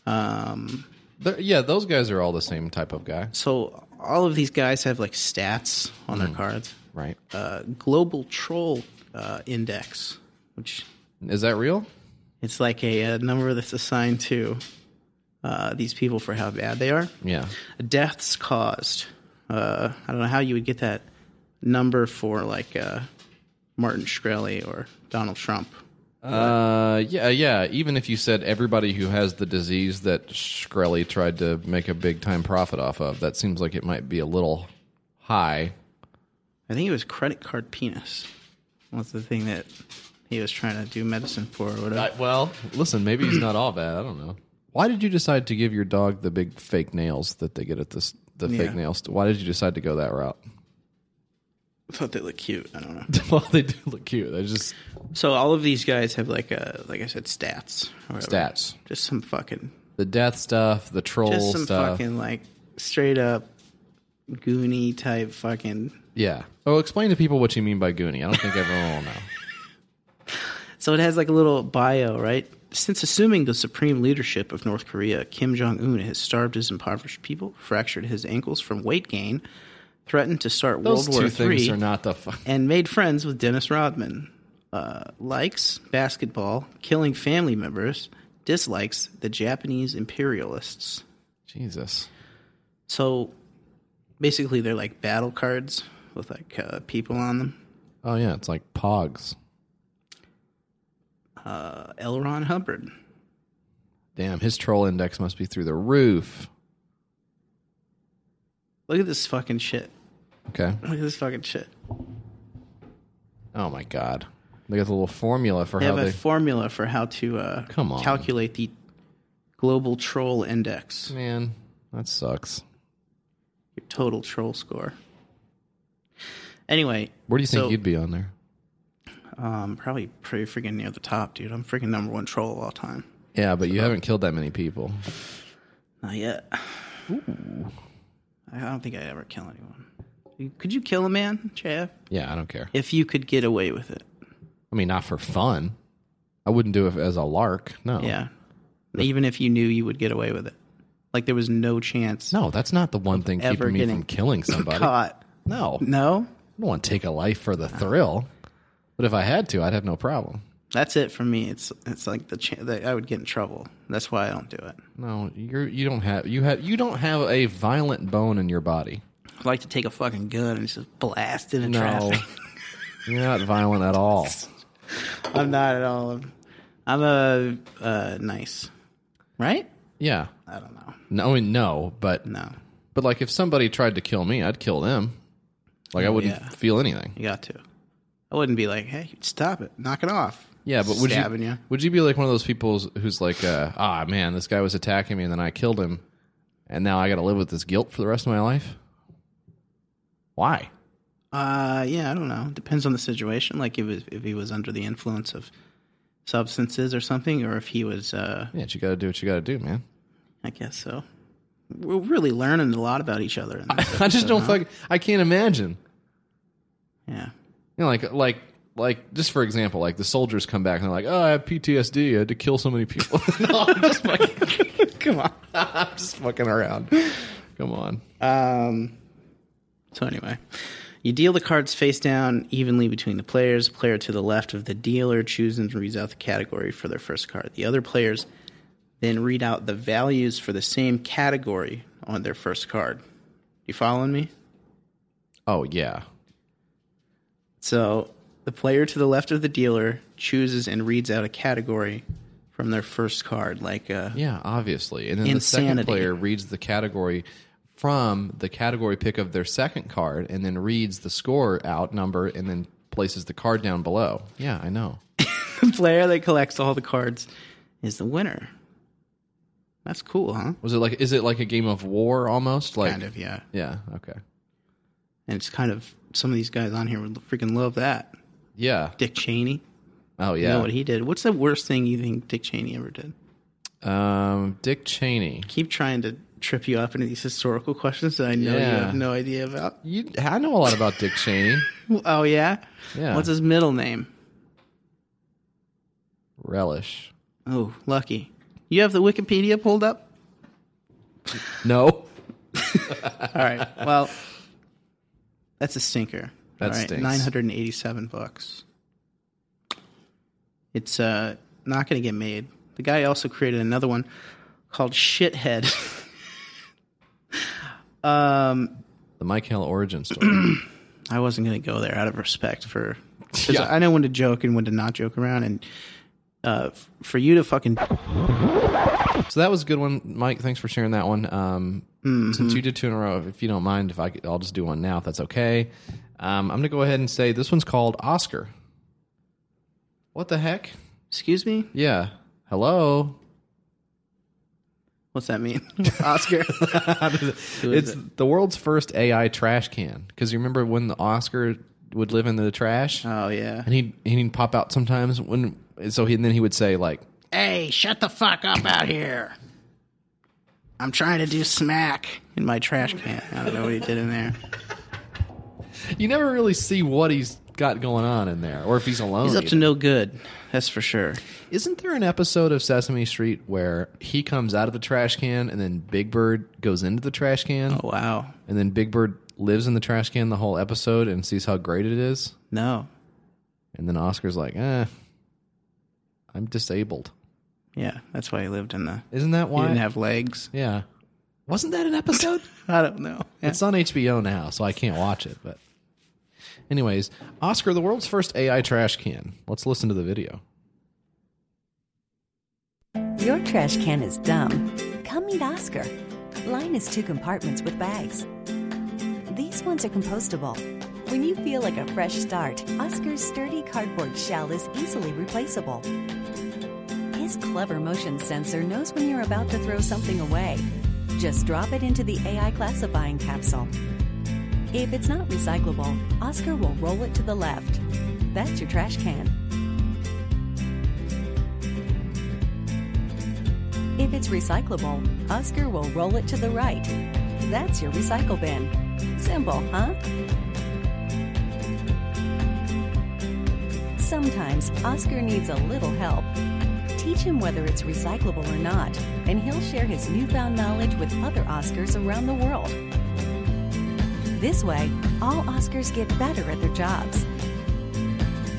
Speaker 2: They're- yeah, those guys are all the same type of guy,
Speaker 3: So all of these guys have like stats on
Speaker 2: Mm.
Speaker 3: their cards.
Speaker 2: right?
Speaker 3: Uh, Global Troll uh, Index, which
Speaker 2: Is that real?
Speaker 3: It's like a, uh number that's assigned to uh, these people for how bad they are.
Speaker 2: Yeah,
Speaker 3: Deaths caused. Uh, I don't know how you would get that number for like uh, Martin Shkreli or Donald Trump.
Speaker 2: uh, yeah, yeah. Even if you said everybody who has the disease that Shkreli tried to make a big time profit off of, that seems like it might be a little high.
Speaker 3: I think it was credit card penis. Was the thing that he was trying to do medicine for or whatever.
Speaker 2: I, well, listen, maybe he's not all bad. I don't know. Why did you decide to give your dog the big fake nails that they get at this the
Speaker 3: Yeah.
Speaker 2: fake nails? Why did you decide to go that route? [laughs]
Speaker 3: I thought they looked cute. I don't know.
Speaker 2: well, they do look cute. They just
Speaker 3: so all of these guys have like uh like I said stats. Or whatever.
Speaker 2: stats.
Speaker 3: Just some fucking
Speaker 2: The death stuff, the troll
Speaker 3: just some
Speaker 2: stuff.
Speaker 3: fucking like straight up goony type fucking
Speaker 2: yeah. Oh, explain to people what you mean by Goonie. I don't think everyone
Speaker 3: [laughs]
Speaker 2: will know.
Speaker 3: So it has like a little bio, right? Since assuming the supreme leadership of North Korea, Kim Jong un has starved his impoverished people, fractured his ankles from weight gain, threatened to start
Speaker 2: Those
Speaker 3: World
Speaker 2: two
Speaker 3: War
Speaker 2: things
Speaker 3: III,
Speaker 2: are not the fun.
Speaker 3: and made friends with Dennis Rodman. Uh, likes basketball, killing family members, dislikes the Japanese imperialists.
Speaker 2: Jesus.
Speaker 3: So basically, they're like battle cards with like uh, people on them.
Speaker 2: Oh yeah, it's like Pogs.
Speaker 3: Uh, L. Ron Hubbard.
Speaker 2: Damn, his troll index must be through the roof.
Speaker 3: Look at this fucking shit.
Speaker 2: Okay.
Speaker 3: Look at this fucking shit.
Speaker 2: Oh my God. They got the little formula for
Speaker 3: They
Speaker 2: how
Speaker 3: have a
Speaker 2: they.
Speaker 3: formula for how to uh,
Speaker 2: Come on.
Speaker 3: calculate the global troll index,
Speaker 2: Man, that sucks.
Speaker 3: your total troll score. Anyway,
Speaker 2: Where do you think
Speaker 3: so,
Speaker 2: you'd be on there?
Speaker 3: Um, probably pretty freaking near the top, dude. I'm freaking number one troll of all time.
Speaker 2: Yeah, but you haven't killed that many people.
Speaker 3: Not yet. I don't think I'd ever kill anyone. Could you kill a man, Chad?
Speaker 2: Yeah, I don't care.
Speaker 3: If you could get away with it,
Speaker 2: I mean, not for fun. I wouldn't do it as a lark. No.
Speaker 3: yeah. Even if you knew you would get away with it, like there was no chance
Speaker 2: No, that's not the one thing
Speaker 3: Ever
Speaker 2: keeping me
Speaker 3: getting
Speaker 2: from killing somebody.
Speaker 3: caught.
Speaker 2: No. I
Speaker 3: No,
Speaker 2: don't want to take a life for the thrill. But if I had to, I'd have no problem.
Speaker 3: That's it for me. It's it's like the, cha- the I would get in trouble. That's why I don't do it.
Speaker 2: No, you're you don't have you have you don't have a violent bone in your body.
Speaker 3: I like to take a fucking gun and just blast it in
Speaker 2: No.
Speaker 3: traffic.
Speaker 2: you're not violent at all.
Speaker 3: [laughs] I'm not at all. I'm, I'm a uh, nice, right?
Speaker 2: Yeah.
Speaker 3: I don't know.
Speaker 2: No, I mean, no, but
Speaker 3: No,
Speaker 2: but like if somebody tried to kill me, I'd kill them. Like I wouldn't
Speaker 3: yeah.
Speaker 2: feel anything.
Speaker 3: you got to. I wouldn't be like, hey, stop it, knock it off.
Speaker 2: Yeah, but would you,
Speaker 3: Stabbing ya.
Speaker 2: would you be like one of those people who's like, uh, ah, man, this guy was attacking me and then I killed him, and now I got to live with this guilt for the rest of my life? Why?
Speaker 3: Uh, yeah, I don't know. Depends on the situation. Like if it was, if he was under the influence of substances or something, or if he was. Uh,
Speaker 2: Yeah, you got to do what you got to do, man. [laughs]
Speaker 3: I guess so. We're really learning a lot about each other. In [laughs] this
Speaker 2: I just
Speaker 3: episode,
Speaker 2: don't
Speaker 3: huh?
Speaker 2: fuck. I can't imagine.
Speaker 3: Yeah.
Speaker 2: You know, like like like just for example, like the soldiers come back and they're like, oh, I have PTSD. I had to kill so many people. [laughs] no, I'm just fucking. come on, [laughs] I'm just fucking around. Come on.
Speaker 3: Um, so anyway, you deal the cards face down evenly between the players. Player to the left of the dealer chooses and reads out the category for their first card. The other players then read out the values for the same category on their first card. You following me?
Speaker 2: Oh yeah.
Speaker 3: So the player to the left of the dealer chooses and reads out a category from their first card, like uh,
Speaker 2: Yeah, obviously. And then the second
Speaker 3: Insanity.
Speaker 2: player reads the category from the category pick of their second card and then reads the score out number and then places the card down below. Yeah, I know.
Speaker 3: [laughs] the player that collects all the cards is the winner. That's cool, huh?
Speaker 2: Was it like is it like a game of war almost? Like
Speaker 3: Kind of, yeah.
Speaker 2: Yeah, okay.
Speaker 3: And it's kind of some of these guys on here would freaking love that.
Speaker 2: Yeah.
Speaker 3: Dick Cheney.
Speaker 2: Oh
Speaker 3: You know
Speaker 2: yeah.
Speaker 3: what he did. What's the worst thing you think Dick Cheney ever did?
Speaker 2: um Dick Cheney.
Speaker 3: Keep trying to trip you up into these historical questions that I know you
Speaker 2: Yeah.
Speaker 3: have no idea about.
Speaker 2: You I know a lot about Dick Cheney.
Speaker 3: Oh yeah?
Speaker 2: Yeah.
Speaker 3: [laughs] What's his middle name?
Speaker 2: Relish.
Speaker 3: Oh, lucky. You have the Wikipedia pulled up?
Speaker 2: No.
Speaker 3: All right. Well, that's a stinker.
Speaker 2: That
Speaker 3: All right,
Speaker 2: stinks.
Speaker 3: 987 bucks. It's uh, not going to get made. The guy also created another one called Shithead. [laughs] um,
Speaker 2: The Mike Hell origin story.
Speaker 3: I wasn't going to go there out of respect for. 'cause
Speaker 2: Yeah.
Speaker 3: I know when to joke and when to not joke around. And uh, f- for you to fucking.
Speaker 2: so that was a good one, Mike. Thanks for sharing that one. Um,
Speaker 3: Mm-hmm.
Speaker 2: Since you did two in a row, if you don't mind, if I could, I'll just do one now, if that's okay. Um, I'm gonna go ahead and say this one's called Oscar. What the heck?
Speaker 3: Excuse me?
Speaker 2: Yeah. Hello.
Speaker 3: What's that mean? [laughs] Oscar? Who
Speaker 2: it's
Speaker 3: is it?
Speaker 2: the world's first AI trash can. Because you remember when the Oscar would live in the trash,
Speaker 3: Oh, yeah.
Speaker 2: and he'd and he'd pop out sometimes when. So he and then he would say like,
Speaker 3: Hey, shut the fuck up out here. I'm trying to do smack in my trash can. I don't know what he did in there.
Speaker 2: you never really see what he's got going on in there, or if he's alone.
Speaker 3: [laughs] He's up to
Speaker 2: even.
Speaker 3: no good, that's for sure.
Speaker 2: Isn't there an episode of Sesame Street where he comes out of the trash can and then Big Bird goes into the trash can
Speaker 3: Oh, wow.
Speaker 2: and then Big Bird lives in the trash can the whole episode and sees how great it is?
Speaker 3: No.
Speaker 2: And then Oscar's like, eh, I'm disabled.
Speaker 3: Yeah, that's why he lived in the.
Speaker 2: Isn't that
Speaker 3: He
Speaker 2: why?
Speaker 3: didn't have legs.
Speaker 2: yeah. Wasn't that an episode?
Speaker 3: [laughs] I don't know.
Speaker 2: It's on HBO now, so I can't watch it. But, anyways, Oscar, the world's first AI trash can. Let's listen to the video.
Speaker 7: Your trash can is dumb. Come meet Oscar. Line is two compartments with bags. These ones are compostable. When you feel like a fresh start, Oscar's sturdy cardboard shell is easily replaceable. His clever motion sensor knows when you're about to throw something away. Just drop it into the AI classifying capsule. If it's not recyclable, Oscar will roll it to the left. That's your trash can. If it's recyclable, Oscar will roll it to the right. That's your recycle bin. Simple, huh? Sometimes Oscar needs a little help. Teach him whether it's recyclable or not, and he'll share his newfound knowledge with other Oscars around the world. This way, all Oscars get better at their jobs.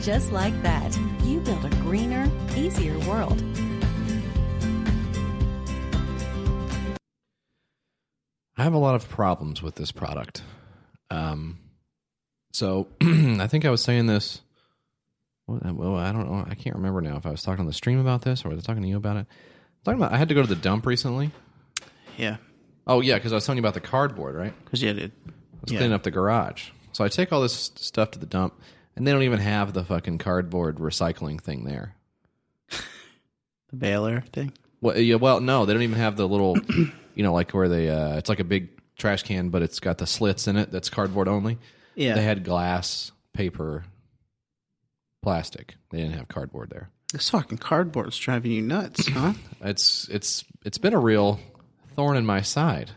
Speaker 7: Just like that, you build a greener, easier world.
Speaker 2: I have a lot of problems with this product. Um, so [clears throat] I think I was saying this. Well, well, I don't know. I can't remember now if I was talking on the stream about this or was I talking to you about it. talking about, I had to go to the dump recently.
Speaker 3: Yeah,
Speaker 2: Oh yeah, because I was telling you about the cardboard, right?
Speaker 3: because you had to.
Speaker 2: I was
Speaker 3: Yeah.
Speaker 2: cleaning up the garage, so I take all this stuff to the dump, and they don't even have the fucking cardboard recycling thing there.
Speaker 3: The baler thing.
Speaker 2: Well, yeah, well, no, they don't even have the little, [clears throat] you know, like where they. Uh, it's like a big trash can, but it's got the slits in it. That's cardboard only.
Speaker 3: Yeah.
Speaker 2: They had glass, paper, plastic. They didn't have cardboard there.
Speaker 3: This fucking cardboard's driving you
Speaker 2: [laughs]
Speaker 3: nuts, huh?
Speaker 2: It's it's it's been a real thorn in my side.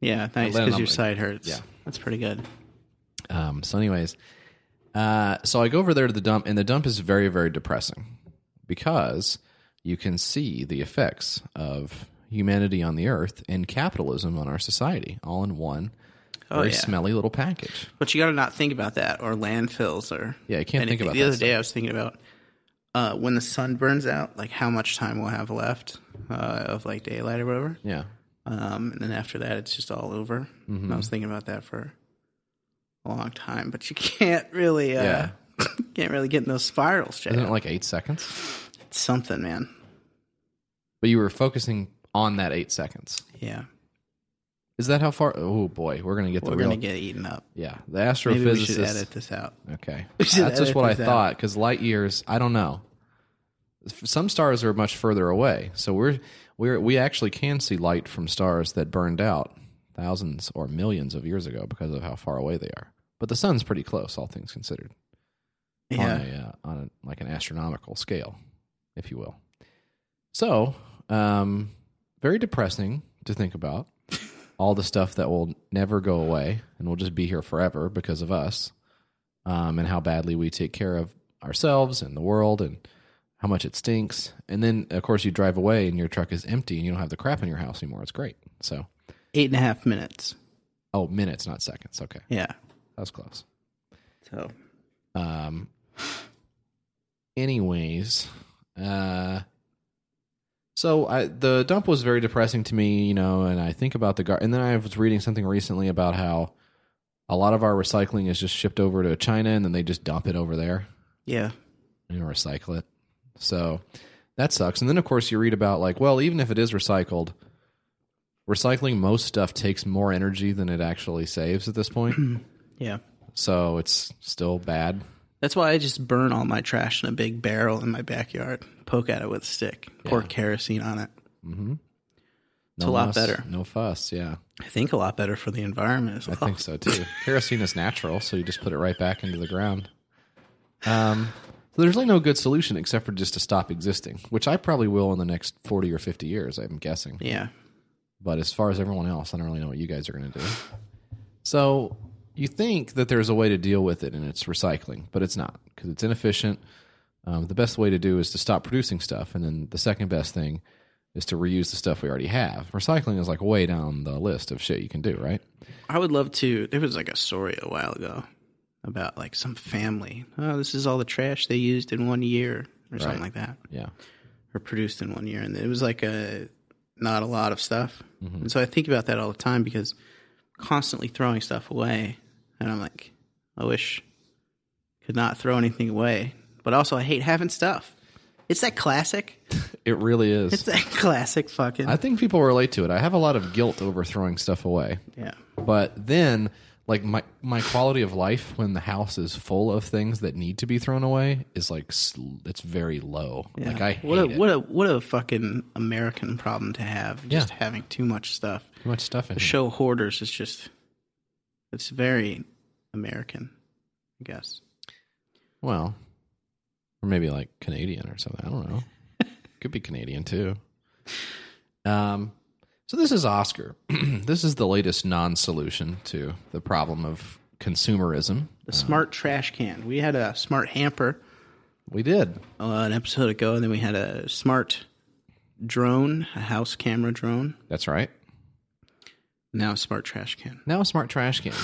Speaker 3: yeah, nice.
Speaker 2: landed
Speaker 3: Because
Speaker 2: on
Speaker 3: your
Speaker 2: my-
Speaker 3: side hurts.
Speaker 2: yeah.
Speaker 3: That's pretty good.
Speaker 2: Um, so, anyways, uh, so I go over there to the dump, and the dump is very very depressing because you can see the effects of humanity on the earth and capitalism on our society all in one
Speaker 3: Oh,
Speaker 2: very
Speaker 3: yeah.
Speaker 2: smelly little package.
Speaker 3: But you got to not think about that or landfills or
Speaker 2: Yeah, you can't think
Speaker 3: anything.
Speaker 2: about
Speaker 3: the
Speaker 2: that
Speaker 3: other day I was thinking about uh, when the sun burns out, like how much time we'll have left uh, of like daylight or whatever.
Speaker 2: Yeah.
Speaker 3: Um, and then after that, it's just all over. And
Speaker 2: Mm-hmm.
Speaker 3: I was thinking about that for a long time, but you [laughs] can't really, uh,
Speaker 2: Yeah.
Speaker 3: [laughs] can't really get in those spirals, Jay.
Speaker 2: Isn't it like eight seconds?
Speaker 3: It's something, man.
Speaker 2: But you were focusing on that eight seconds.
Speaker 3: Yeah,
Speaker 2: Is that how far? Oh boy, we're gonna get the
Speaker 3: we're
Speaker 2: real.
Speaker 3: gonna get eaten up.
Speaker 2: yeah, the
Speaker 3: Maybe we should
Speaker 2: astrophysicist.
Speaker 3: edit this out.
Speaker 2: Okay,
Speaker 3: We should
Speaker 2: that's just
Speaker 3: edit
Speaker 2: what I
Speaker 3: this out.
Speaker 2: thought. Because light years, I don't know. F- Some stars are much further away, so we're we're we actually can see light from stars that burned out thousands or millions of years ago because of how far away they are. But the sun's pretty close, all things considered, on
Speaker 3: Yeah,
Speaker 2: a uh, on a, like an astronomical scale, if you will. So, um, very depressing to think about all the stuff that will never go away and will just be here forever because of us, um, and how badly we take care of ourselves and the world, and how much it stinks. And then, of course, you drive away and your truck is empty, and you don't have the crap in your house anymore. It's great. So,
Speaker 3: eight and a half minutes.
Speaker 2: oh, minutes, not seconds. Okay,
Speaker 3: Yeah.
Speaker 2: that was close.
Speaker 3: So
Speaker 2: Um. Anyways, uh, so I the dump was very depressing to me, you know, and I think about the gar. And then I was reading something recently about how a lot of our recycling is just shipped over to China, and then they just dump it over there
Speaker 3: yeah,
Speaker 2: and recycle it. So that sucks. And then of course you read about like, well, even if it is recycled, recycling most stuff takes more energy than it actually saves at this point.
Speaker 3: [clears throat] yeah.
Speaker 2: so it's still bad.
Speaker 3: That's why I just burn all my trash in a big barrel in my backyard, poke at it with a stick, pour kerosene on it.
Speaker 2: It's
Speaker 3: a lot better.
Speaker 2: No fuss, yeah.
Speaker 3: I think a lot better for the environment as well.
Speaker 2: I think so too. Kerosene is natural, so you just put it right back into the ground. Um, so there's really no good solution except for just to stop existing, which I probably will in the next 40 or 50 years, I'm guessing.
Speaker 3: Yeah.
Speaker 2: But as far as everyone else, I don't really know what you guys are going to do. So you think that there's a way to deal with it, and it's recycling, but it's not because it's inefficient. Um, the best way to do is to stop producing stuff, and then the second best thing is to reuse the stuff we already have. Recycling is like way down the list of shit you can do, right?
Speaker 3: I would love to. There was like a story a while ago about like some family. Oh, this is all the trash they used in one year or something like that,
Speaker 2: Yeah.
Speaker 3: or produced in one year. And it was like a not a lot of stuff.
Speaker 2: Mm-hmm.
Speaker 3: And so I think about that all the time because constantly throwing stuff away. And I'm like, I wish I could not throw anything away. But also, I hate having stuff. It's that classic.
Speaker 2: It really is.
Speaker 3: It's that [laughs] classic fucking.
Speaker 2: I think people relate to it. I have a lot of guilt over throwing stuff away.
Speaker 3: yeah.
Speaker 2: But then like my my quality of life when the house is full of things that need to be thrown away is like sl- it's very low. Like I hate
Speaker 3: what a
Speaker 2: it.
Speaker 3: what a what a fucking American problem to have. Just
Speaker 2: Yeah. Mm-hmm.
Speaker 3: having too much stuff.
Speaker 2: Too much stuff in
Speaker 3: The
Speaker 2: here.
Speaker 3: show hoarders is just it's very American, I guess.
Speaker 2: Well, or maybe like Canadian or something. I don't
Speaker 3: [laughs]
Speaker 2: know. Could be Canadian too. Um, so this is Oscar. [clears throat] this is the latest non-solution to the problem of consumerism.
Speaker 3: The smart trash can. We had a smart hamper
Speaker 2: We did.
Speaker 3: uh, an episode ago, and then we had a smart drone, a house camera drone.
Speaker 2: That's right.
Speaker 3: Now a smart trash can.
Speaker 2: Now a smart trash can.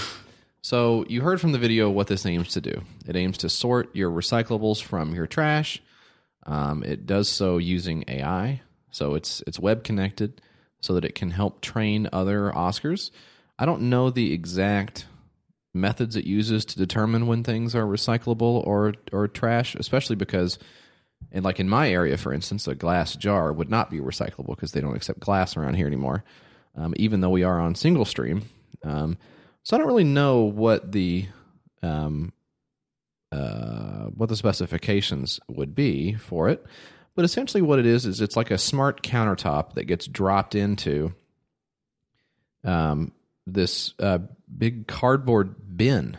Speaker 2: So you heard from the video what this aims to do. It aims to sort your recyclables from your trash. Um, it does so using AI. So it's it's web connected, so that it can help train other Oscars. I don't know the exact methods it uses to determine when things are recyclable or or trash, especially because, and like in my area, for instance, a glass jar would not be recyclable because they don't accept glass around here anymore. Um, even though we are on single stream, um, so I don't really know what the um, uh, what the specifications would be for it. But essentially, what it is is it's like a smart countertop that gets dropped into um, this uh, big cardboard bin.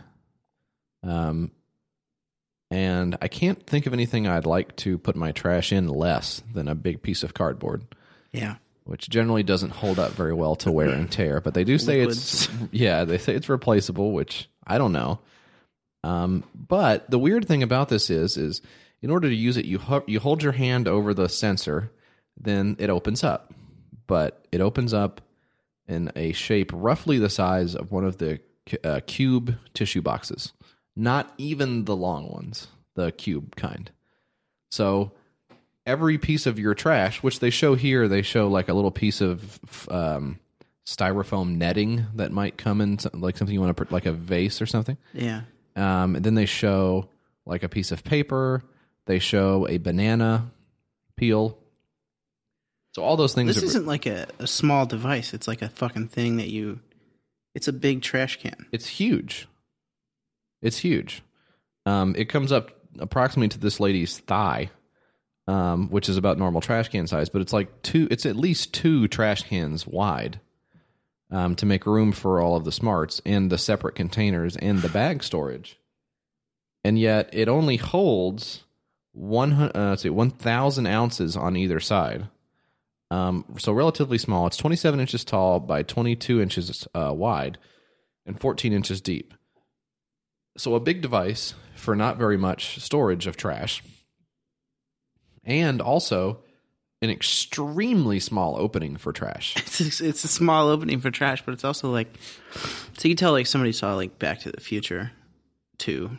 Speaker 2: Um, and I can't think of anything I'd like to put my trash in less than a big piece of cardboard
Speaker 3: Yeah.
Speaker 2: which generally doesn't hold up very well to wear and tear. But they do say it's [laughs] yeah, they say it's replaceable, which I don't know. Um, but the weird thing about this is, is in order to use it, you ho- you hold your hand over the sensor, then it opens up, but it opens up in a shape roughly the size of one of the cu- uh, cube tissue boxes, not even the long ones, the cube kind. So every piece of your trash, which they show here, they show like a little piece of um, styrofoam netting that might come in, some- like something you want to put, like a vase or something.
Speaker 3: Yeah.
Speaker 2: Um, and then they show like a piece of paper. They show a banana peel. So all those things.
Speaker 3: This
Speaker 2: are,
Speaker 3: isn't like a, a small device. It's like a fucking thing that you. It's a big trash can.
Speaker 2: It's huge. It's huge. Um, it comes up approximately to this lady's thigh, um, which is about normal trash can size, but it's like two. It's at least two trash cans wide um, to make room for all of the smarts and the separate containers and the bag storage. And yet, it only holds one hundred. Uh, let's see, one thousand ounces on either side. Um, so relatively small. It's twenty-seven inches tall by twenty-two inches uh, wide and 14 inches deep. So a big device for not very much storage of trash. And also an extremely small opening for trash.
Speaker 3: It's it's a small opening for trash, but it's also like. So you can tell like somebody saw like Back to the Future, two.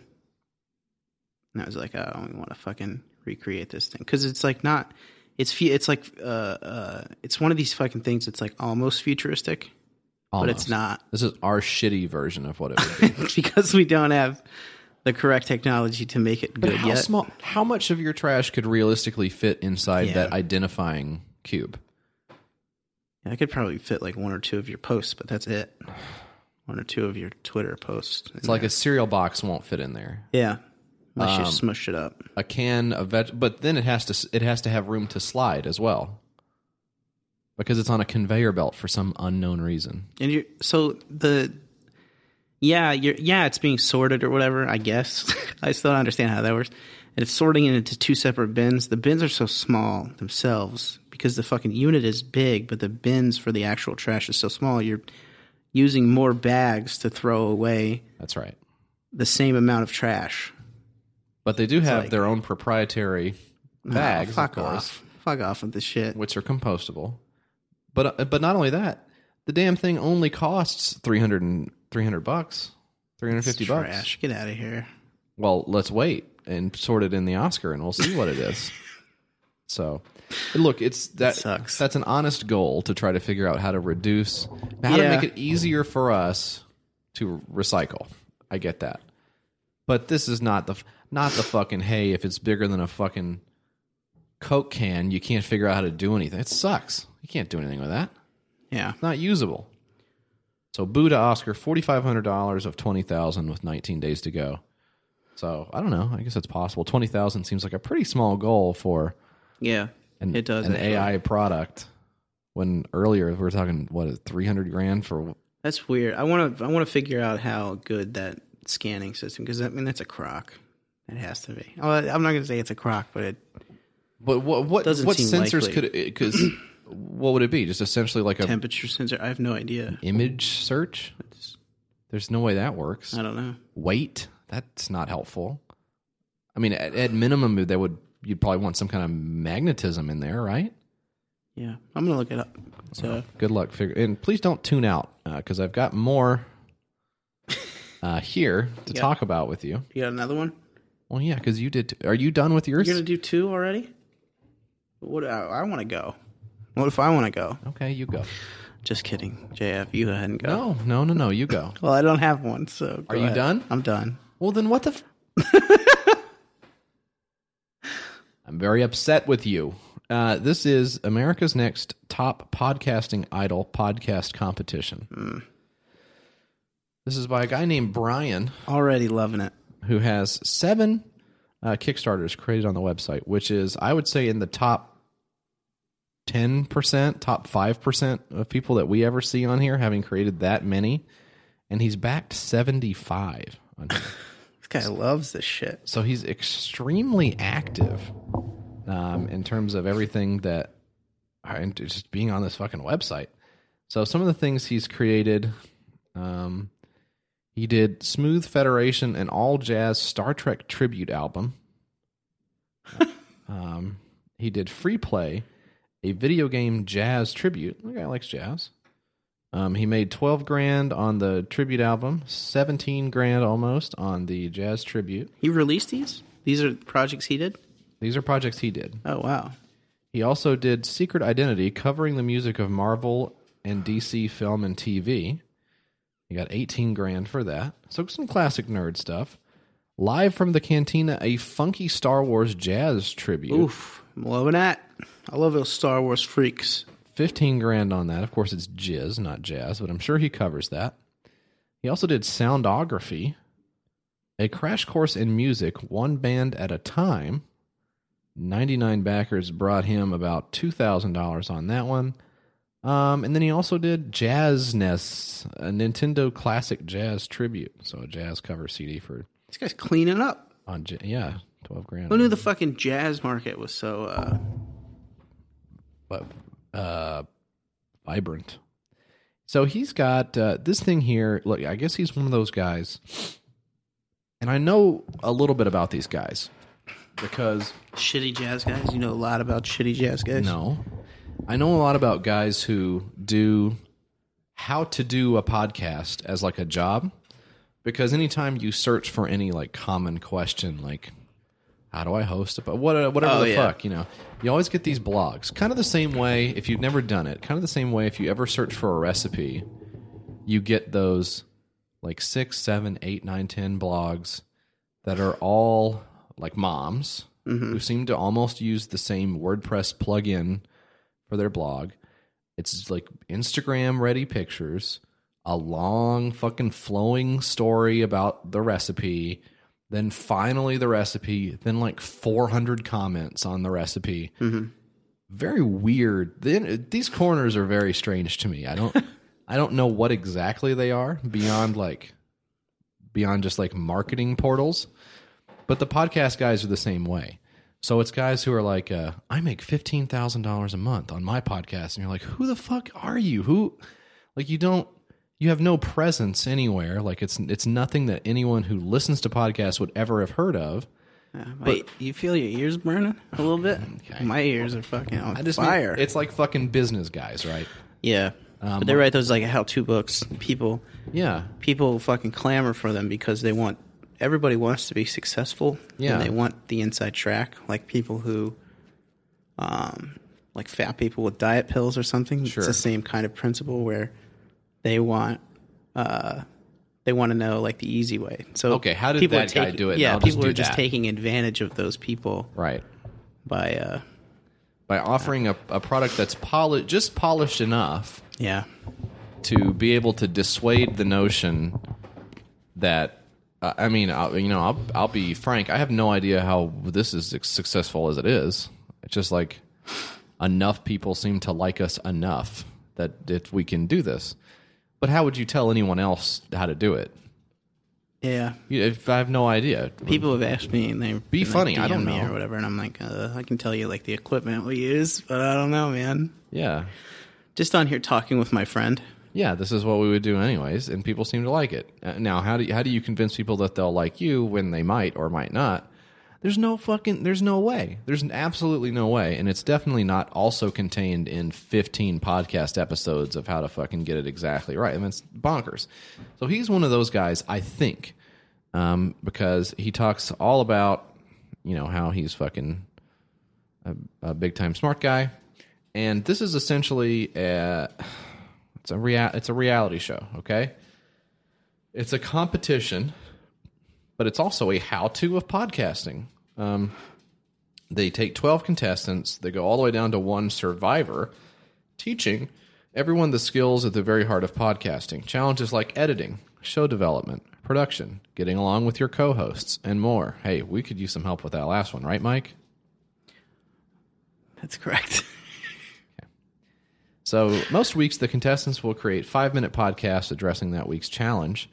Speaker 3: And I was like, "Oh, I don't want to fucking recreate this thing because it's like not. It's fu- it's like uh uh it's one of these fucking things that's like almost futuristic, [laughs]
Speaker 2: Almost.
Speaker 3: but it's not.
Speaker 2: This is our shitty version of what it
Speaker 3: [laughs]
Speaker 2: would be.
Speaker 3: because we don't have the correct technology to make it
Speaker 2: But
Speaker 3: good
Speaker 2: how
Speaker 3: yet.
Speaker 2: small how much of your trash could realistically fit inside
Speaker 3: Yeah.
Speaker 2: that identifying cube?
Speaker 3: I could probably fit like one or two of your posts, but that's it. One or two of your Twitter posts.
Speaker 2: It's like Um, a cereal box won't fit in there.
Speaker 3: yeah, unless you smush it up.
Speaker 2: A can of veg but then it has to s- it has to have room to slide as well. Because it's on a conveyor belt for some unknown reason.
Speaker 3: And you so the yeah you're yeah it's being sorted or whatever. I guess [laughs] I still don't understand how that works. And it's sorting it into two separate bins. The bins are so small themselves because the fucking unit is big, but the bins for the actual trash is so small. You're using more bags to throw away
Speaker 2: That's right.
Speaker 3: the same amount of trash.
Speaker 2: But they do have their own proprietary bags,
Speaker 3: Oh, fuck
Speaker 2: of course,
Speaker 3: off. Fuck off with this shit.
Speaker 2: which are compostable. But uh, but not only that, the damn thing only costs 300, and- 300 bucks, 350 bucks.
Speaker 3: Trash. Get out of here.
Speaker 2: Well, let's wait and sort it in the Oscar and we'll see what it
Speaker 3: [laughs]
Speaker 2: is. so, and look, it's that
Speaker 3: sucks.
Speaker 2: that's an honest goal to try to figure out how to reduce how to
Speaker 3: Yeah.
Speaker 2: make it easier for us to recycle. I get that. But this is not the f- not the fucking hey if it's bigger than a fucking coke can, you can't figure out how to do anything. It sucks. You can't do anything with that
Speaker 3: Yeah.
Speaker 2: not usable. So boo to Oscar, forty five hundred dollars of twenty thousand with nineteen days to go. So I don't know. I guess it's possible. Twenty thousand seems like a pretty small goal for
Speaker 3: Yeah.
Speaker 2: an,
Speaker 3: it does.
Speaker 2: an
Speaker 3: actually.
Speaker 2: AI product. When earlier we were talking what three hundred grand for
Speaker 3: That's weird. I want to I want to figure out how good that scanning system because I mean that's a crock. It has to be. Well, I'm not going to say it's a crock, but it
Speaker 2: but what what
Speaker 3: Doesn't
Speaker 2: what
Speaker 3: seem
Speaker 2: sensors
Speaker 3: likely.
Speaker 2: could it cuz what would it be? Just essentially like a
Speaker 3: temperature sensor. I have no idea.
Speaker 2: image search? There's no way that works.
Speaker 3: I don't know.
Speaker 2: weight. That's not helpful. I mean, at, at minimum, that would you'd probably want some kind of magnetism in there, right?
Speaker 3: Yeah, I'm going to look it up. So
Speaker 2: Good luck. Figure and please don't tune out because I've got more uh, here to
Speaker 3: Yeah.
Speaker 2: talk about with you.
Speaker 3: you got another one?
Speaker 2: Well, yeah, because you did. Are you done with yours?
Speaker 3: You're going to do two already? What I, I want to go. What if I want to go?
Speaker 2: okay, you go.
Speaker 3: Just kidding, JF. You go ahead and go.
Speaker 2: No, no, no, no. You go.
Speaker 3: Well, I don't have one. So
Speaker 2: Are
Speaker 3: go
Speaker 2: you
Speaker 3: ahead.
Speaker 2: done?
Speaker 3: I'm done.
Speaker 2: Well, then what the? F- [laughs] I'm very upset with you. Uh, this is America's Next Top Podcasting Idol Podcast Competition. This is by a guy named Brian
Speaker 3: Already loving it.
Speaker 2: who has seven uh, Kickstarters created on the website, which is, I would say, in the top 10%, top 5% of people that we ever see on here having created that many. And he's backed 75 on here.
Speaker 3: This guy loves this shit.
Speaker 2: so he's extremely active um, in terms of everything that uh, and just being on this fucking website. So some of the things he's created, um, he did Smooth Federation and All Jazz Star Trek tribute album. um, he did Free Play, a video game jazz tribute. The guy likes jazz. Um, he made 12 grand on the tribute album, 17 grand almost on the jazz tribute.
Speaker 3: He released these? These are projects he did?
Speaker 2: These are projects he did.
Speaker 3: Oh wow.
Speaker 2: He also did Secret Identity, covering the music of Marvel and DC film and TV. He got 18 grand for that. So some classic nerd stuff. Live from the Cantina, a funky Star Wars jazz tribute.
Speaker 3: Oof. I'm loving that. I love those Star Wars freaks.
Speaker 2: 15 grand on that. Of course, it's jizz, not jazz, but I'm sure he covers that. He also did soundography, a crash course in music, one band at a time. 99 backers brought him about $2,000 on that one. Um, and then he also did Jazz Nests, a Nintendo classic jazz tribute. So a jazz cover CD for
Speaker 3: This guy's cleaning up.
Speaker 2: on j- yeah, 12 grand.
Speaker 3: Who knew the fucking jazz market was so uh
Speaker 2: but uh, vibrant. So he's got uh, this thing here. Look, I guess he's one of those guys, and I know a little bit about these guys because
Speaker 3: shitty jazz guys? You know a lot about shitty jazz guys.
Speaker 2: no, I know a lot about guys who do how to do a podcast as like a job. Because anytime you search for any like common question, like how do I host a po- what uh, whatever
Speaker 3: Oh,
Speaker 2: the
Speaker 3: yeah.
Speaker 2: fuck, you know, you always get these blogs. Kind of the same way if you've never done it. Kind of the same way if you ever search for a recipe, you get those like six, seven, eight, nine, ten blogs that are all like moms
Speaker 3: Mm-hmm.
Speaker 2: who seem to almost use the same WordPress plugin for their blog. It's like Instagram ready pictures, a long fucking flowing story about the recipe, then finally the recipe, then like 400 comments on the recipe. Very weird. Then uh, these corners are very strange to me. I don't I don't know what exactly they are beyond like beyond just like marketing portals. But the podcast guys are the same way. So it's guys who are like, uh, I make fifteen thousand dollars a month on my podcast, and you're like, who the fuck are you? Who, like, you don't, you have no presence anywhere. Like, it's it's nothing that anyone who listens to podcasts would ever have heard of.
Speaker 3: Wait, you feel your ears burning a little bit? My ears are fucking on
Speaker 2: I just mean,
Speaker 3: fire.
Speaker 2: it's Um, like fucking business guys, right?
Speaker 3: yeah. but they write those like how to books. People
Speaker 2: Yeah,
Speaker 3: people fucking clamor for them because they want everybody wants to be successful.
Speaker 2: Yeah.
Speaker 3: And they want the inside track. Like people who um like fat people with diet pills or something.
Speaker 2: Sure.
Speaker 3: It's the same kind of principle where they want uh they want to know like the easy way. So
Speaker 2: Okay, how did
Speaker 3: people are
Speaker 2: that guy
Speaker 3: taking-
Speaker 2: do it? And
Speaker 3: Yeah,
Speaker 2: I'll just
Speaker 3: people
Speaker 2: do
Speaker 3: are just
Speaker 2: that.
Speaker 3: taking advantage of those people
Speaker 2: right.
Speaker 3: by uh
Speaker 2: By offering a, a product that's polished, just polished enough
Speaker 3: yeah.
Speaker 2: to be able to dissuade the notion that uh, I mean, I'll, you know, I'll I'll be frank. I have no idea how this is as successful as it is. It's just like enough people seem to like us enough that that we can do this. But how would you tell anyone else how to do it?
Speaker 3: Yeah.
Speaker 2: You- If I have no idea.
Speaker 3: People have asked me, and they
Speaker 2: Be
Speaker 3: like,
Speaker 2: funny, I
Speaker 3: DM
Speaker 2: don't
Speaker 3: me
Speaker 2: know.
Speaker 3: or whatever, and I'm like, uh, I can tell you like the equipment we use, but I don't know, man.
Speaker 2: Yeah,
Speaker 3: Just on here talking with my friend.
Speaker 2: yeah. This is what we would do anyways, and people seem to like it. Uh, now, how do you, how do you convince people that they'll like you when they might or might not? There's no fucking there's no way. There's n- absolutely no way and it's definitely not also contained in 15 podcast episodes of how to fucking get it exactly right. I mean it's bonkers. So he's one of those guys I think um, because he talks all about you know how he's fucking a, a big time smart guy and this is essentially uh, a, it's a rea- it's a reality show, okay? It's a competition but it's also a how to of podcasting. Um, they take 12 contestants, they go all the way down to one survivor, teaching everyone the skills at the very heart of podcasting. Challenges like editing, show development, production, getting along with your co hosts, and more. Hey, we could use some help with that last one, right, Mike?
Speaker 3: That's correct.
Speaker 2: So most weeks, the contestants will create five minute podcasts addressing that week's challenge.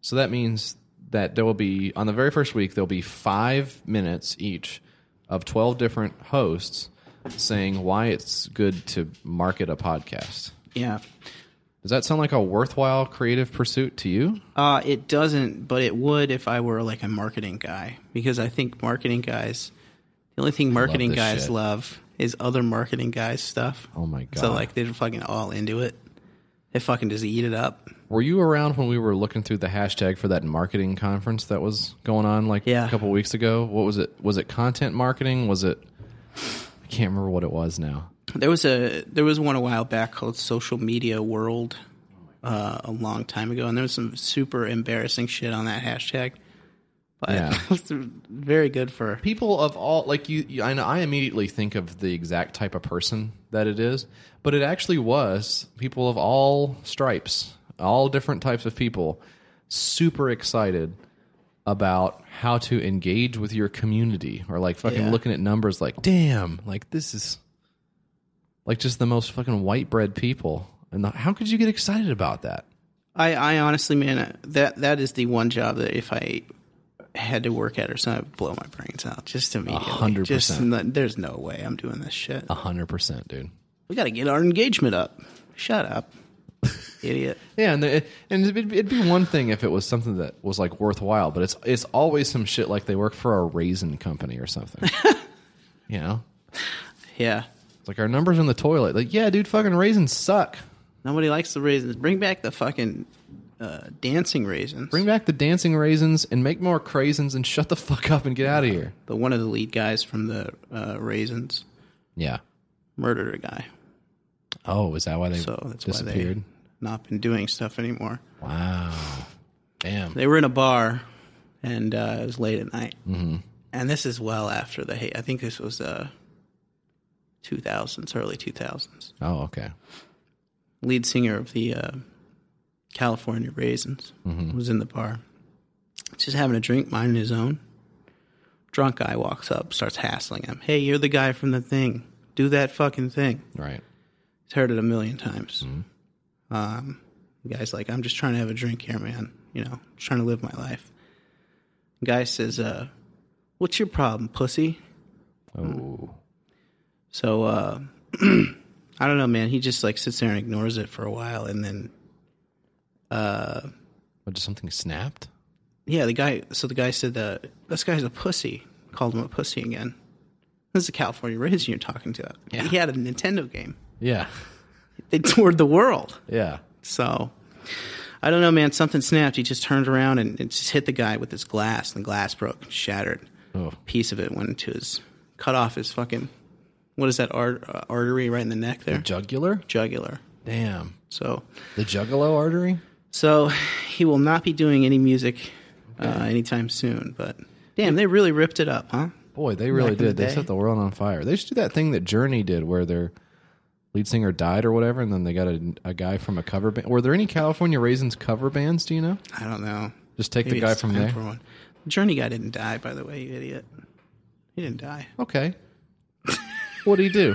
Speaker 2: So that means that there will be on the very first week there'll be five minutes each of twelve different hosts saying why it's good to market a podcast.
Speaker 3: yeah.
Speaker 2: Does that sound like a worthwhile creative pursuit to you?
Speaker 3: Uh, it doesn't, but it would if I were like a marketing guy, because I think marketing guys, the only thing marketing
Speaker 2: this
Speaker 3: guys
Speaker 2: shit.
Speaker 3: love is other marketing guys' stuff.
Speaker 2: Oh my
Speaker 3: So
Speaker 2: God.
Speaker 3: like they're fucking all into it. They fucking just eat it up.
Speaker 2: Were you around when we were looking through the hashtag for that marketing conference that was going on like
Speaker 3: Yeah.
Speaker 2: a couple weeks ago? What was it? Was it content marketing? Was it? I can't remember what it was now.
Speaker 3: There was a there was one a while back called Social Media World, uh, a long time ago, and there was some super embarrassing shit on that hashtag. But
Speaker 2: Yeah.
Speaker 3: [laughs] it was very good for
Speaker 2: people of all like you, you I know I immediately think of the exact type of person that it is, but it actually was people of all stripes, all different types of people, super excited about how to engage with your community or like fucking
Speaker 3: Yeah.
Speaker 2: looking at numbers like damn, like this is like just the most fucking white bread people. And how could you get excited about that?
Speaker 3: I, I honestly, man, that that is the one job that if I had to work at or something, I'd blow my brains out just immediately.
Speaker 2: hundred
Speaker 3: Just
Speaker 2: percent.
Speaker 3: n- There's no way I'm doing this shit.
Speaker 2: A hundred percent, dude.
Speaker 3: We got to get our engagement up.
Speaker 2: [laughs]
Speaker 3: Shut up, idiot.
Speaker 2: Yeah, and the, and it'd be, it'd be one thing if it was something that was like worthwhile, but it's it's always some shit like they work for a raisin company or something. you know,
Speaker 3: Yeah,
Speaker 2: it's like our numbers in the toilet. Like, yeah, dude, fucking raisins suck.
Speaker 3: nobody likes the raisins. Bring back the fucking uh, dancing raisins.
Speaker 2: Bring back the dancing raisins and make more craisins and shut the fuck up and get out of here.
Speaker 3: the one of the lead guys from the uh, raisins
Speaker 2: Yeah.
Speaker 3: murdered a guy,
Speaker 2: Oh, is that why they
Speaker 3: so that's
Speaker 2: disappeared?
Speaker 3: why they not been doing stuff anymore.
Speaker 2: Wow. Damn.
Speaker 3: they were in a bar and uh, it was late at night and this is well after the hate i think this was uh 2000s early 2000s
Speaker 2: Oh, okay.
Speaker 3: lead singer of the uh, california raisins was in the bar just having a drink minding his own drunk guy walks up starts hassling him hey you're the guy from the thing do that fucking thing
Speaker 2: Right.
Speaker 3: He's heard it a million times. Um, the guy's like, I'm just trying to have a drink here, man. You know, just trying to live my life. The guy says, uh, What's your problem, pussy?
Speaker 2: Oh.
Speaker 3: So, uh, [clears throat] I don't know, man. He just like sits there and ignores it for a while. And then,
Speaker 2: What, Just something snapped.
Speaker 3: yeah, the guy, so the guy said, uh, This guy's a pussy. Called him a pussy again. This is a California Raisin you're talking to. He had a Nintendo game.
Speaker 2: Yeah.
Speaker 3: They [laughs] toured the world.
Speaker 2: Yeah.
Speaker 3: So I don't know, man. Something snapped. He just turned around and it just hit the guy with his glass, and the glass broke, and shattered.
Speaker 2: Oh.
Speaker 3: piece of it went into his, cut off his fucking, what is that ar- uh, artery right in the neck there?
Speaker 2: Jugular.
Speaker 3: Jugular.
Speaker 2: Damn.
Speaker 3: So,
Speaker 2: The juggalo artery.
Speaker 3: so he will not be doing any music uh, anytime soon. But damn, they really ripped it up, huh?
Speaker 2: Boy, they really
Speaker 3: Back in the
Speaker 2: did. They
Speaker 3: day.
Speaker 2: set the world on fire. They should do that thing that Journey did where their lead singer died or whatever, and then they got a, a guy from a cover band. Were there any California Raisins cover bands? Do you know?
Speaker 3: I don't know.
Speaker 2: Just take
Speaker 3: Maybe
Speaker 2: the guy
Speaker 3: it's
Speaker 2: from
Speaker 3: time
Speaker 2: there.
Speaker 3: for one. Journey guy didn't die, by the way, you idiot. He didn't die. [laughs]
Speaker 2: Okay. What'd he do?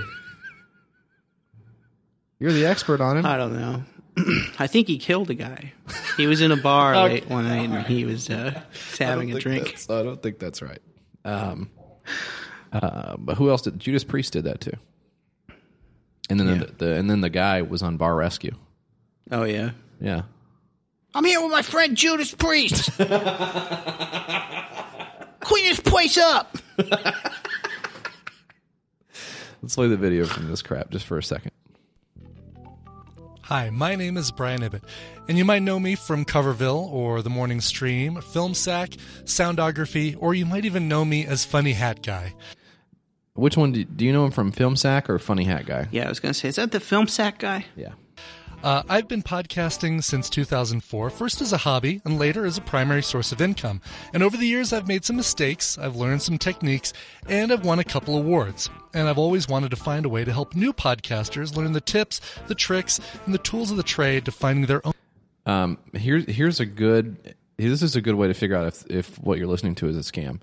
Speaker 2: You're the expert on him.
Speaker 3: I don't know. [clears throat] I think he killed a guy. He was in a [laughs] bar late one night and he was uh, just having a drink.
Speaker 2: That's, I don't think that's right. Um, uh, but who else did Judas Priest did that too? And then the, the and then the guy was on Bar Rescue.
Speaker 3: Oh yeah.
Speaker 2: Yeah.
Speaker 3: I'm here with my friend Judas [laughs] Priest. Clean this place up.
Speaker 2: Let's play the video from this crap just for a second.
Speaker 8: Hi, my name is Brian Ibbett, and you might know me from Coverville or The Morning Stream, FilmSack, Soundography, or you might even know me as Funny Hat Guy.
Speaker 2: Which one do, do you know him from? Film Sack or Funny Hat Guy?
Speaker 3: Yeah, I was gonna say, is that the film sack guy?
Speaker 2: Yeah.
Speaker 8: Uh, I've been podcasting since 2004, first as a hobby and later as a primary source of income. And over the years, I've made some mistakes, I've learned some techniques, and I've won a couple awards. And I've always wanted to find a way to help new podcasters learn the tips, the tricks, and the tools of the trade to finding their own.
Speaker 2: Um, here's here's a good. This is a good way to figure out if if what you're listening to is a scam.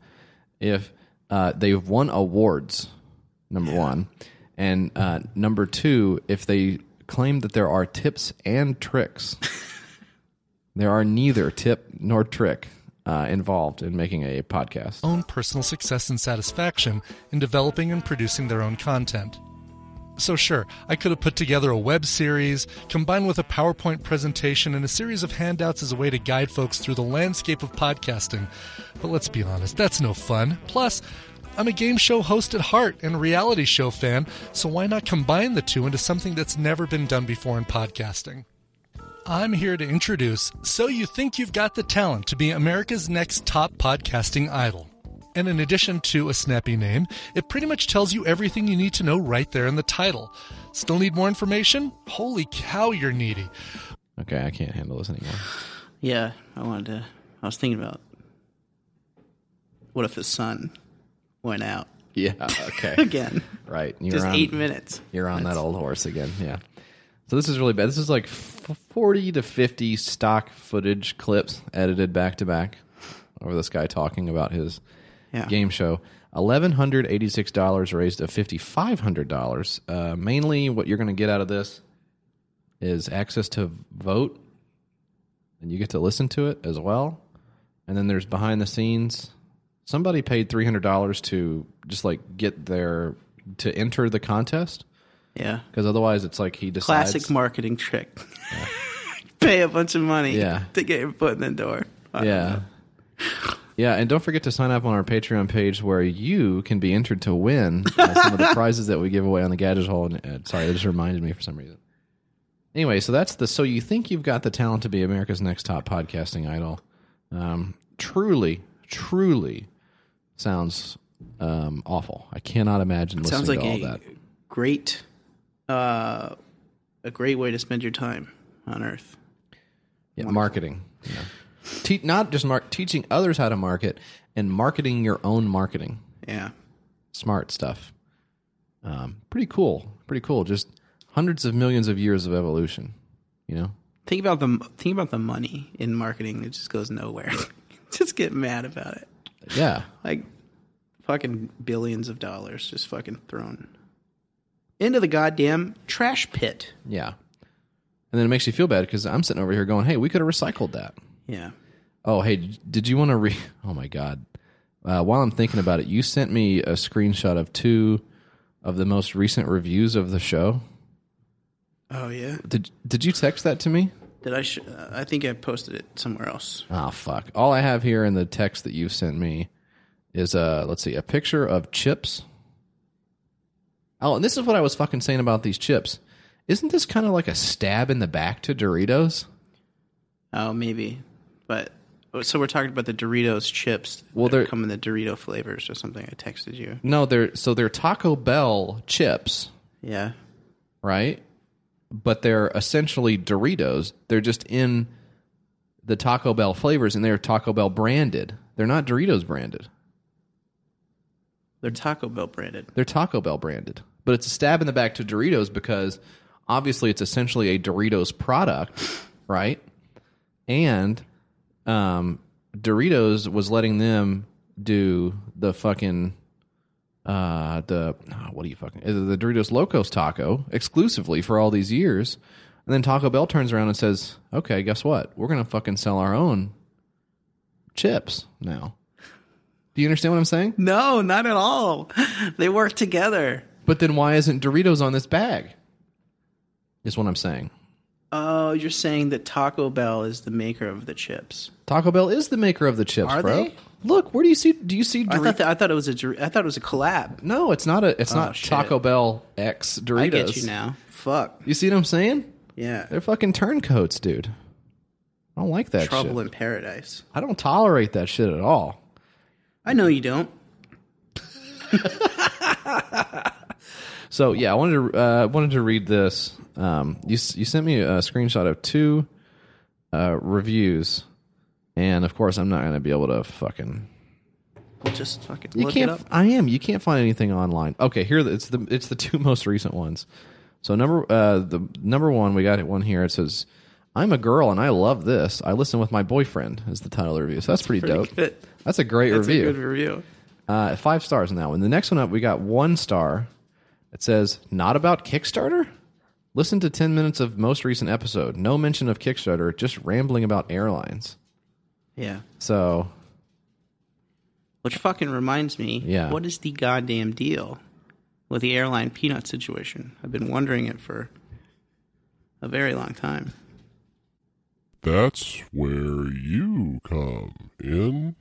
Speaker 2: If uh, they've won awards, number one, and uh, number two, if they claim that there are tips and tricks, there are neither tip nor trick uh, involved in making a podcast.
Speaker 8: own personal success and satisfaction in developing and producing their own content. So, sure, I could have put together a web series combined with a PowerPoint presentation and a series of handouts as a way to guide folks through the landscape of podcasting. But let's be honest, that's no fun. Plus, I'm a game show host at heart and a reality show fan, so why not combine the two into something that's never been done before in podcasting? I'm here to introduce So You Think You've Got the Talent to be America's next top podcasting idol. And in addition to a snappy name, it pretty much tells you everything you need to know right there in the title. Still need more information? Holy cow, you're needy.
Speaker 2: Okay, I can't handle this anymore.
Speaker 3: Yeah, I wanted to. I was thinking about what if his son went [laughs] out
Speaker 2: Yeah.
Speaker 3: [laughs]
Speaker 2: Okay.
Speaker 3: again?
Speaker 2: right. You're
Speaker 3: Just
Speaker 2: on,
Speaker 3: eight minutes.
Speaker 2: You're on that old horse again. Yeah. So this is really bad. This is like f- 40 to 50 stock footage clips edited back to back over this guy talking about his
Speaker 3: Yeah.
Speaker 2: game show. Eleven hundred eighty-six dollars raised of fifty-five hundred dollars. Uh, mainly, what you're going to get out of this is access to vote, and you get to listen to it as well. And then there's behind the scenes. Somebody paid three hundred dollars to just like get their to enter the contest
Speaker 3: Yeah.
Speaker 2: because otherwise it's like he decides.
Speaker 3: Classic marketing trick. [laughs] Pay a bunch of money
Speaker 2: Yeah.
Speaker 3: to get your foot in the door. I don't
Speaker 2: Yeah.
Speaker 3: know.
Speaker 2: Yeah, and don't forget to sign up on our Patreon page where you can be entered to win [laughs] uh, some of the prizes that we give away on the Gadget Hall. And, uh, sorry, it just reminded me for some reason. Anyway, so that's the so you think you've got the talent to be America's next top podcasting idol. Um, truly, truly sounds um, awful. I cannot imagine listening
Speaker 3: Sounds like
Speaker 2: to all
Speaker 3: a
Speaker 2: that.
Speaker 3: great, uh, a great way to spend your time on Earth.
Speaker 2: Yeah, marketing. Yeah. Te- not just mar- teaching others how to market and marketing your own marketing.
Speaker 3: Yeah.
Speaker 2: smart stuff. Um, pretty cool. Pretty cool. Just hundreds of millions of years of evolution. You know.
Speaker 3: Think about the think about the money in marketing that just goes nowhere. [laughs] just get mad about it.
Speaker 2: Yeah.
Speaker 3: Like fucking billions of dollars just fucking thrown into the goddamn trash pit.
Speaker 2: Yeah. And then it makes you feel bad because I'm sitting over here going, "Hey, we could have recycled that."
Speaker 3: Yeah.
Speaker 2: Oh, hey, d- did you want to re? [laughs] Oh my god. Uh, while I'm thinking about it, you sent me a screenshot of two of the most recent reviews of the show.
Speaker 3: Oh yeah.
Speaker 2: Did Did you text that to me?
Speaker 3: Did I? Sh- uh, I think I posted it somewhere else.
Speaker 2: Oh fuck! All I have here in the text that you sent me is uh let's see a picture of chips. Oh, and this is what I was fucking saying about these chips. Isn't this kind of like a stab in the back to Doritos?
Speaker 3: Oh, maybe. But oh, so we're talking about the Doritos chips.
Speaker 2: Well,
Speaker 3: They
Speaker 2: they're-
Speaker 3: come in the Dorito flavors or something. I texted you.
Speaker 2: No, they're so they're Taco Bell chips,
Speaker 3: Yeah.
Speaker 2: right? But they're essentially Doritos. They're just in the Taco Bell flavors, and they're Taco Bell branded. They're not Doritos branded.
Speaker 3: They're Taco Bell branded.
Speaker 2: They're Taco Bell branded, but it's a stab in the back to Doritos because obviously it's essentially a Doritos product, right? And um, Doritos was letting them do the fucking uh, the ah, what do you fucking is it the Doritos Locos Taco exclusively for all these years, and then Taco Bell turns around and says, "Okay, guess what? We're gonna fucking sell our own chips now." Do you understand what I'm saying?
Speaker 3: No, not at all. They work together.
Speaker 2: But then why isn't Doritos on this bag? Is what I'm saying.
Speaker 3: Oh, you're saying that Taco Bell is the maker of the chips.
Speaker 2: Taco Bell is the maker of the chips,
Speaker 3: Are
Speaker 2: bro.
Speaker 3: they?
Speaker 2: Look, where do you see? Do you see
Speaker 3: I thought
Speaker 2: Doritos?
Speaker 3: that, I thought it was a Dor- I thought it was a collab.
Speaker 2: no, it's not a. It's not
Speaker 3: shit.
Speaker 2: Taco Bell X Doritos.
Speaker 3: I get you now. Fuck.
Speaker 2: You see what I'm saying?
Speaker 3: Yeah.
Speaker 2: They're fucking turncoats, dude. I don't like that
Speaker 3: Trouble
Speaker 2: shit.
Speaker 3: in paradise.
Speaker 2: I don't tolerate that shit at all.
Speaker 3: I know you don't.
Speaker 2: So yeah, I wanted to uh, wanted to read this. Um, you s- you sent me a screenshot of two uh, reviews, and of course I'm not going to be able to fucking
Speaker 3: We'll just fucking
Speaker 2: You
Speaker 3: look
Speaker 2: can't.
Speaker 3: it up.
Speaker 2: f- I am. You can't find anything online. Okay, here it's the it's the two [laughs] most recent ones. So number uh the number one we got one here. It says, "I'm a girl and I love this. I listen with my boyfriend." Is the title of the review. So that's, pretty, dope.
Speaker 3: good.
Speaker 2: That's a great
Speaker 3: [laughs] That's
Speaker 2: review.
Speaker 3: a good review.
Speaker 2: Uh, five stars on that one. The next one up, we got one star. It says, "Not about Kickstarter." Listen to ten minutes of most recent episode. No mention of Kickstarter. Just rambling about airlines.
Speaker 3: Yeah.
Speaker 2: So
Speaker 3: Which fucking reminds me,
Speaker 2: Yeah.
Speaker 3: what is the goddamn deal with the airline peanut situation? I've been wondering it for a very long time.
Speaker 1: That's where you come in.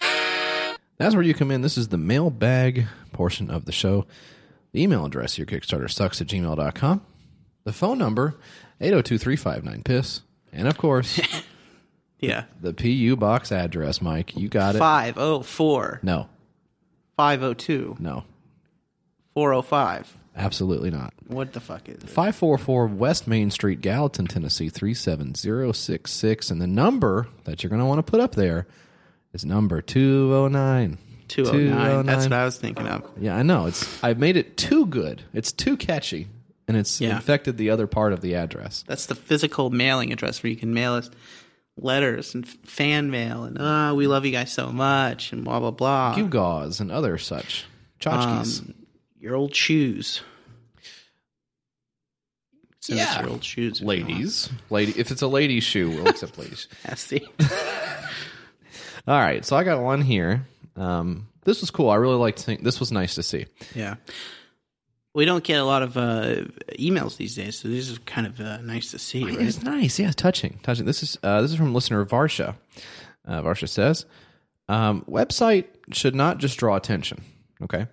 Speaker 2: That's where you come in. This is the mailbag portion of the show. The email address, your Kickstarter sucks at gmail.com. The phone number, 802 359 PISS. And of course,
Speaker 3: Yeah.
Speaker 2: the PU box address, Mike. You got it.
Speaker 3: 504
Speaker 2: No,
Speaker 3: 502
Speaker 2: no,
Speaker 3: 405.
Speaker 2: absolutely not.
Speaker 3: What the fuck is it?
Speaker 2: 544 West Main Street, Gallatin, Tennessee, 37066. And the number that you're going to want to put up there is number 209.
Speaker 3: 209. That's what I was thinking of.
Speaker 2: Yeah, I know. It's I've made it too good. It's too catchy, and it's
Speaker 3: Yeah.
Speaker 2: infected the other part of the address.
Speaker 3: That's the physical mailing address where you can mail us letters and f- fan mail and ah, we love you guys so much and blah blah blah.
Speaker 2: Q gauze and other such tchotchkes.
Speaker 3: Uh, Um, your old shoes. Send us
Speaker 2: Yeah.
Speaker 3: your old shoes, if you want. [laughs]
Speaker 2: ladies, lady. If it's a lady's shoe, we'll accept ladies.
Speaker 3: That's the
Speaker 2: All right, so I got one here. Um, this was cool. I really liked. Seeing, this was nice to see.
Speaker 3: yeah. We don't get a lot of uh, emails these days, so this is kind of uh, nice to see.
Speaker 2: It
Speaker 3: Right?
Speaker 2: was nice. Yeah, touching, touching. This is uh, this is from listener Varsha. Uh, Varsha says, um, website should not just draw attention. Okay,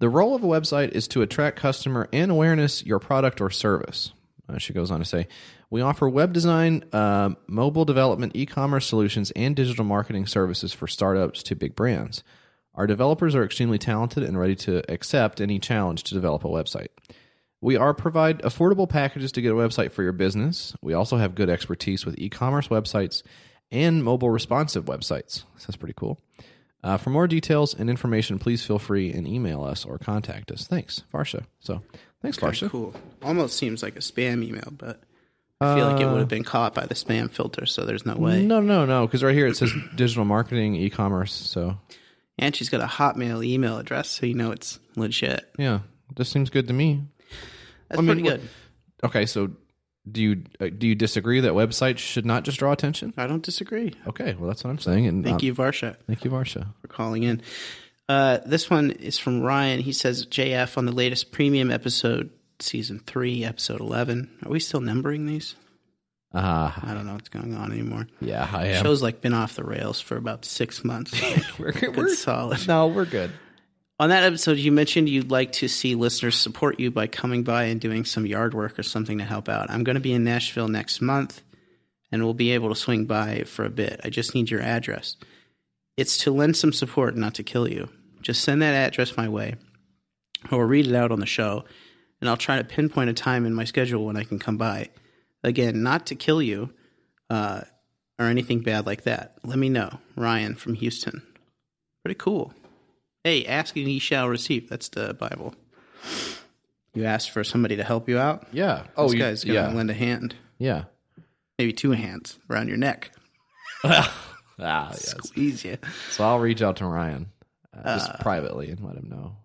Speaker 2: the role of a website is to attract customer and awareness your product or service. Uh, she goes on to say, we offer web design, uh, mobile development, e-commerce solutions, and digital marketing services for startups to big brands. Our developers are extremely talented and ready to accept any challenge to develop a website. We are provide affordable packages to get a website for your business. We also have good expertise with e-commerce websites and mobile responsive websites. So that's pretty cool. Uh, for more details and information, please feel free and email us or contact us. Thanks, Varsha. So, thanks, Varsha.
Speaker 3: Cool. Almost seems like a spam email, but I feel like it would have been caught by the spam filter, so there's no way.
Speaker 2: Uh, No, no, no, because right here it says digital marketing, e-commerce. So,
Speaker 3: And she's got a Hotmail email address, so you know it's legit.
Speaker 2: yeah, this seems good to me.
Speaker 3: That's
Speaker 2: mean,
Speaker 3: pretty
Speaker 2: what-
Speaker 3: good.
Speaker 2: Okay, so do you uh, do you disagree that websites should not just draw attention?
Speaker 3: I don't disagree.
Speaker 2: Okay, well that's what I'm saying. And
Speaker 3: Thank
Speaker 2: uh,
Speaker 3: you, Varsha,
Speaker 2: thank you, Varsha.
Speaker 3: for calling in. Uh, this one is from Ryan. He says, JF on the latest premium episode, season three, episode 11. Are we still numbering these?
Speaker 2: Ah,
Speaker 3: I don't know what's going on anymore.
Speaker 2: yeah, I am.
Speaker 3: Show's like been off the rails for about six months.
Speaker 2: [laughs] We're,
Speaker 3: Good solid.
Speaker 2: No, we're good.
Speaker 3: On that episode, you mentioned you'd like to see listeners support you by coming by and doing some yard work or something to help out. I'm going to be in Nashville next month and we'll be able to swing by for a bit. I just need your address. It's to lend some support, not to kill you. Just send that address my way or read it out on the show, and I'll try to pinpoint a time in my schedule when I can come by. Again, not to kill you uh, or anything bad like that. Let me know. Ryan from Houston. Pretty cool. Hey, ask and ye shall receive. That's the Bible. You asked for somebody to help you out.
Speaker 2: Yeah.
Speaker 3: This
Speaker 2: Oh, you-
Speaker 3: guy's gonna
Speaker 2: yeah.
Speaker 3: lend a hand,
Speaker 2: yeah.
Speaker 3: maybe two hands around your neck,
Speaker 2: Ah, yes.
Speaker 3: squeeze you.
Speaker 2: So I'll reach out to Ryan uh, just privately and let him know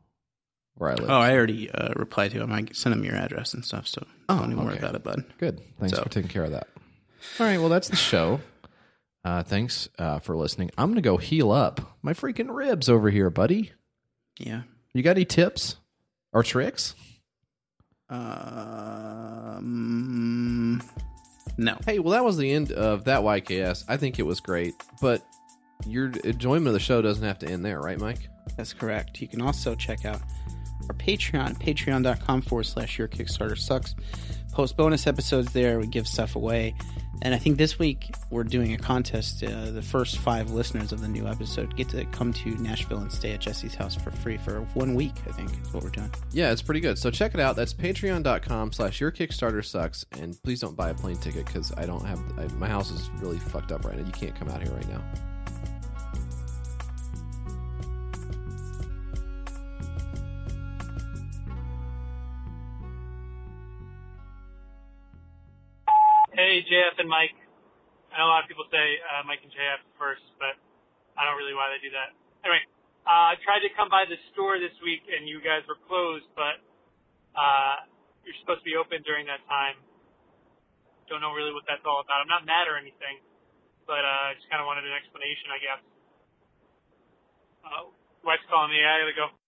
Speaker 2: where I live.
Speaker 3: Oh, I already uh, replied to him. I sent him your address and stuff, so don't even worry
Speaker 2: Oh, okay.
Speaker 3: about it, bud.
Speaker 2: Good. Thanks
Speaker 3: So-
Speaker 2: for taking care of that. All right. Well, that's the show. Uh, thanks uh, for listening. I'm gonna go heal up my freaking ribs over here, buddy.
Speaker 3: Yeah.
Speaker 2: You got any tips or tricks?
Speaker 3: Um, no.
Speaker 2: Hey, well, that was the end of that YKS. I think it was great, but your enjoyment of the show doesn't have to end there, right, Mike?
Speaker 3: That's correct. You can also check out our Patreon, patreon.com forward slash your Kickstarter sucks. Post bonus episodes there. We give stuff away. And I think this week we're doing a contest. Uh, the first five listeners of the new episode get to come to Nashville and stay at Jesse's house for free for one week, I think is what we're doing.
Speaker 2: Yeah, it's pretty good. So check it out. That's patreon.com slash your Kickstarter sucks. And please don't buy a plane ticket because I don't have, I, my house is really fucked up right now. You can't come out here right now.
Speaker 9: Hey, JF and Mike. I know a lot of people say uh, Mike and JF first, but I don't really why they do that. Anyway, uh, I tried to come by the store this week and you guys were closed, but uh, you're supposed to be open during that time. Don't know really what that's all about. I'm not mad or anything, but uh, I just kind of wanted an explanation, I guess. Uh, wife's calling me. I gotta go.